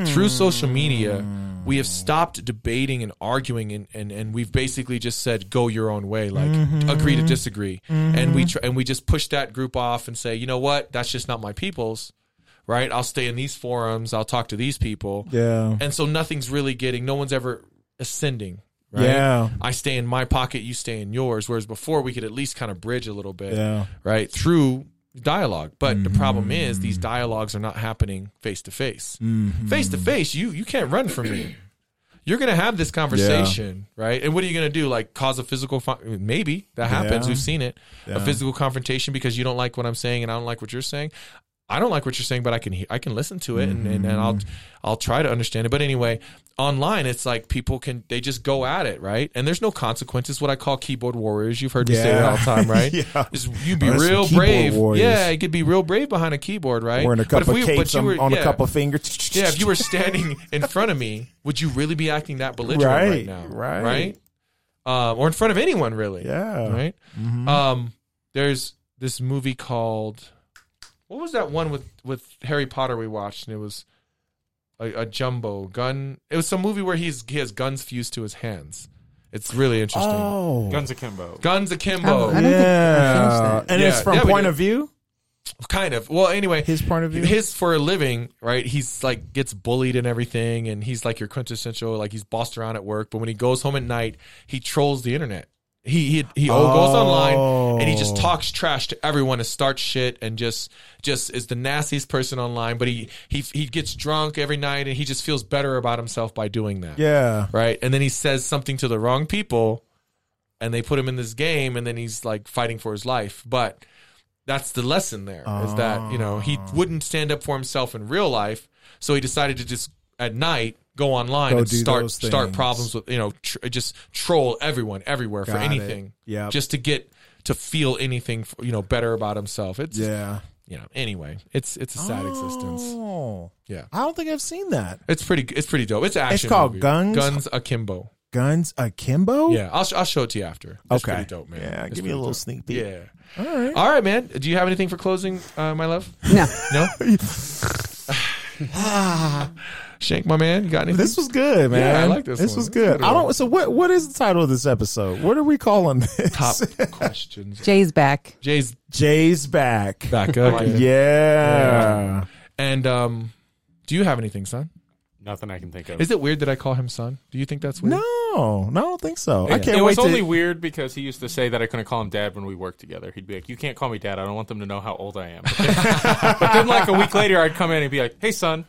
through social media, we have stopped debating and arguing, and, and, and we've basically just said, "Go your own way," like agree to disagree, and we tr- and we just push that group off and say, "You know what? That's just not my people's." Right? I'll stay in these forums. I'll talk to these people, Yeah, and so nothing's really getting. No one's ever ascending. Right? Yeah. I stay in my pocket. You stay in yours. Whereas before, we could at least kind of bridge a little bit yeah. right through dialogue but the problem is Mm-hmm. these dialogues are not happening face to face face to face you you can't run from me you're gonna have this conversation right and what are you gonna do like cause a physical fi- maybe that happens Yeah. we've seen it Yeah. a physical confrontation because you don't like what i'm saying and i don't like what you're saying I don't like what you're saying, but I can he- I can listen to it and, and, and I'll Mm-hmm. I'll try to understand it. But anyway, online it's like people can they just go at it, right? And there's no consequences. What I call keyboard warriors. You've heard me say that Yeah. all the time, right? Yeah. Is you be Or some real keyboard brave. warriors. Yeah, you could be real brave behind a keyboard, right? Wearing a But cup if of we- but capes you were- on, on yeah. a cup of fingers. Yeah, if you were standing in front of me, would you really be acting that belligerent right, Right, now? right. Right? Um, or in front of anyone, really. Yeah. Right? Mm-hmm. Um, there's this movie called. What was that one with, with Harry Potter we watched? And it was a, a jumbo gun. It was some movie where he's he has guns fused to his hands. It's really interesting. Oh. Guns Akimbo. Guns akimbo. Oh, I don't think I finished that. And it's Yeah, from yeah, we point did. of view? kind of. Well, anyway, His point of view? his for a living, right? He's like gets bullied and everything, and he's like your quintessential, like he's bossed around at work. But when he goes home at night, he trolls the internet. He he he goes online and he Oh. just talks trash to everyone and starts shit and just just is the nastiest person online. But he he he gets drunk every night and he just feels better about himself by doing that Yeah. right? And then he says something to the wrong people, and they put him in this game, and then he's like fighting for his life. But that's the lesson there is that you know Ah. he wouldn't stand up for himself in real life, so he decided to just at night go online Go and do start those start things. problems with you know tr- just troll everyone everywhere for Got it. anything, Yep. just to get to feel anything you know better about himself. It's Yeah. Ah. you know anyway, it's it's a sad existence. Oh. Yeah. I don't think I've seen that. It's pretty. It's pretty dope. It's an action. called movie. Guns- Guns akimbo. Guns Akimbo? Yeah, I'll, sh- I'll show it to you after. It's Okay. pretty dope, man. Yeah, It's give me pretty a little dope. sneak peek. Yeah. All right. All right, man. Do you have anything for closing, uh, my love? No. No. Shank, my man. You got anything? This was good, man. Yeah, I like this This one. was This is a good. good I one. don't. So what? What is the title of this episode? What are we calling this? top questions. Jay's back. Jay's Jay's back. back up. Yeah. And um, do you have anything, son? Nothing I can think of. Is it weird that I call him son? Do you think that's weird? No, no, I don't think so. I can't it wait was to. only weird because he used to say that I couldn't call him dad when we worked together. He'd be like, "You can't call me dad. I don't want them to know how old I am." But then, but then, like a week later, I'd come in and be like, "Hey, son,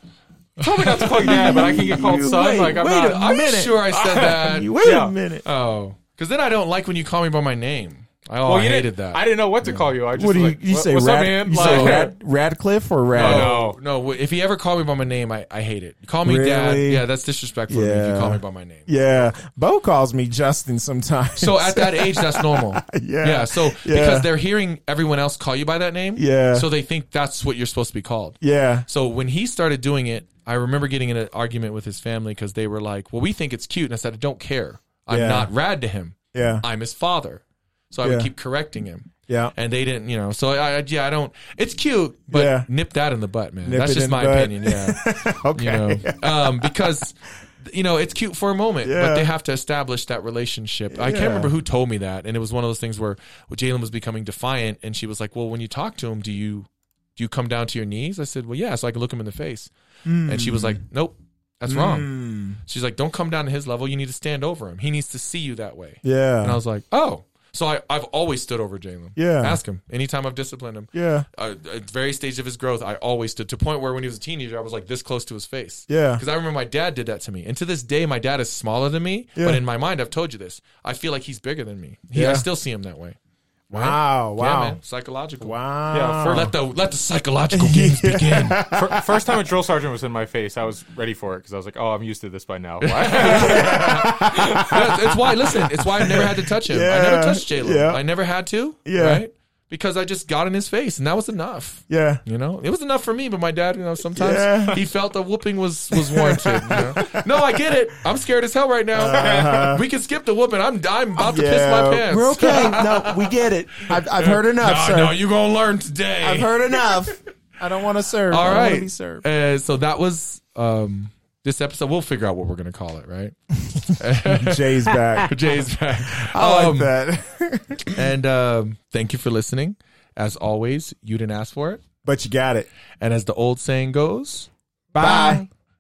you told me not to call you dad, but I can get called son." Wait, like I'm wait not. a- I'm Minute. sure I said that. wait Yeah. a minute. oh, because then I don't like when you call me by my name. I, oh, well, I you hated didn't- that. I didn't know what to call you. I just what do you, like, you "What- say? What's up, Rad, man? you Like, say Rad, Radcliffe or Rad? Oh, no. w- If he ever called me by my name, I, I hate it. Call me dad. Really? Yeah, that's disrespectful to me if you Yeah. call me by my name. Yeah, Bo calls me Justin sometimes. So at that age, that's normal. Yeah. So Yeah. because they're hearing everyone else call you by that name. Yeah. So they think that's what you're supposed to be called. yeah, So when he started doing it, I remember getting in an argument with his family because they were like, "Well, we think it's cute," and I said, "I don't care. I'm Yeah. not rad to him. yeah, I'm his father." So I would Yeah. keep correcting him. yeah. And they didn't, you know. So I, I yeah, I don't. It's cute, but Yeah. nip that in the butt, man. Nip That's it just in the my butt. opinion. Yeah. okay. you know um, because you know it's cute for a moment but Yeah. they have to establish that relationship i can't Yeah. remember who told me that and it was one of those things where jalen was becoming defiant and she was like well when you talk to him do you do you come down to your knees i said well yeah so i can look him in the face Hmm. and she was like nope that's wrong Mm. she's like don't come down to his level you need to stand over him he needs to see you that way Hmm. Yeah. and i was like oh so I, I've always stood over Jalen. Yeah. Ask him. Anytime I've disciplined him, yeah. uh, at various stages of his growth, I always stood to a point where when he was a teenager, I was like this close to his face. Yeah. Because I remember my dad did that to me. And to this day, my dad is smaller than me. Yeah. But in my mind, I've told you this. I feel like he's bigger than me. He, I Yeah. still see him that way. Wow. Wow. Yeah, man. Psychological. Wow. Yeah, for- Let the let the psychological games begin. Fir- First time a drill sergeant was in my face, I was ready for it because I was like, "Oh, I'm used to this by now." Why? That's, it's why. Listen, it's why I've never had to touch him. I never Yeah. touched Jalen. Yeah. I never had to. Yeah. Right. Because I just got in his face, and that was enough. Yeah. You know, it was enough for me, but my dad, you know, sometimes Yeah. he felt the whooping was was warranted. you know? No, I get it. I'm scared as hell right now. Uh-huh. We can skip the whooping. I'm I'm about to piss my pants. We're okay. No, we get it. I've, I've heard enough, No, sir. no, you gonna learn today. I've heard enough. I don't want to serve. All I want to be right. served. Uh, so that was um, this episode. We'll figure out what we're gonna call it, right? Jay's back. Jay's back. I like Um, that. And um, thank you for listening. As always, you didn't ask for it. but you got it. And as the old saying goes, Bye.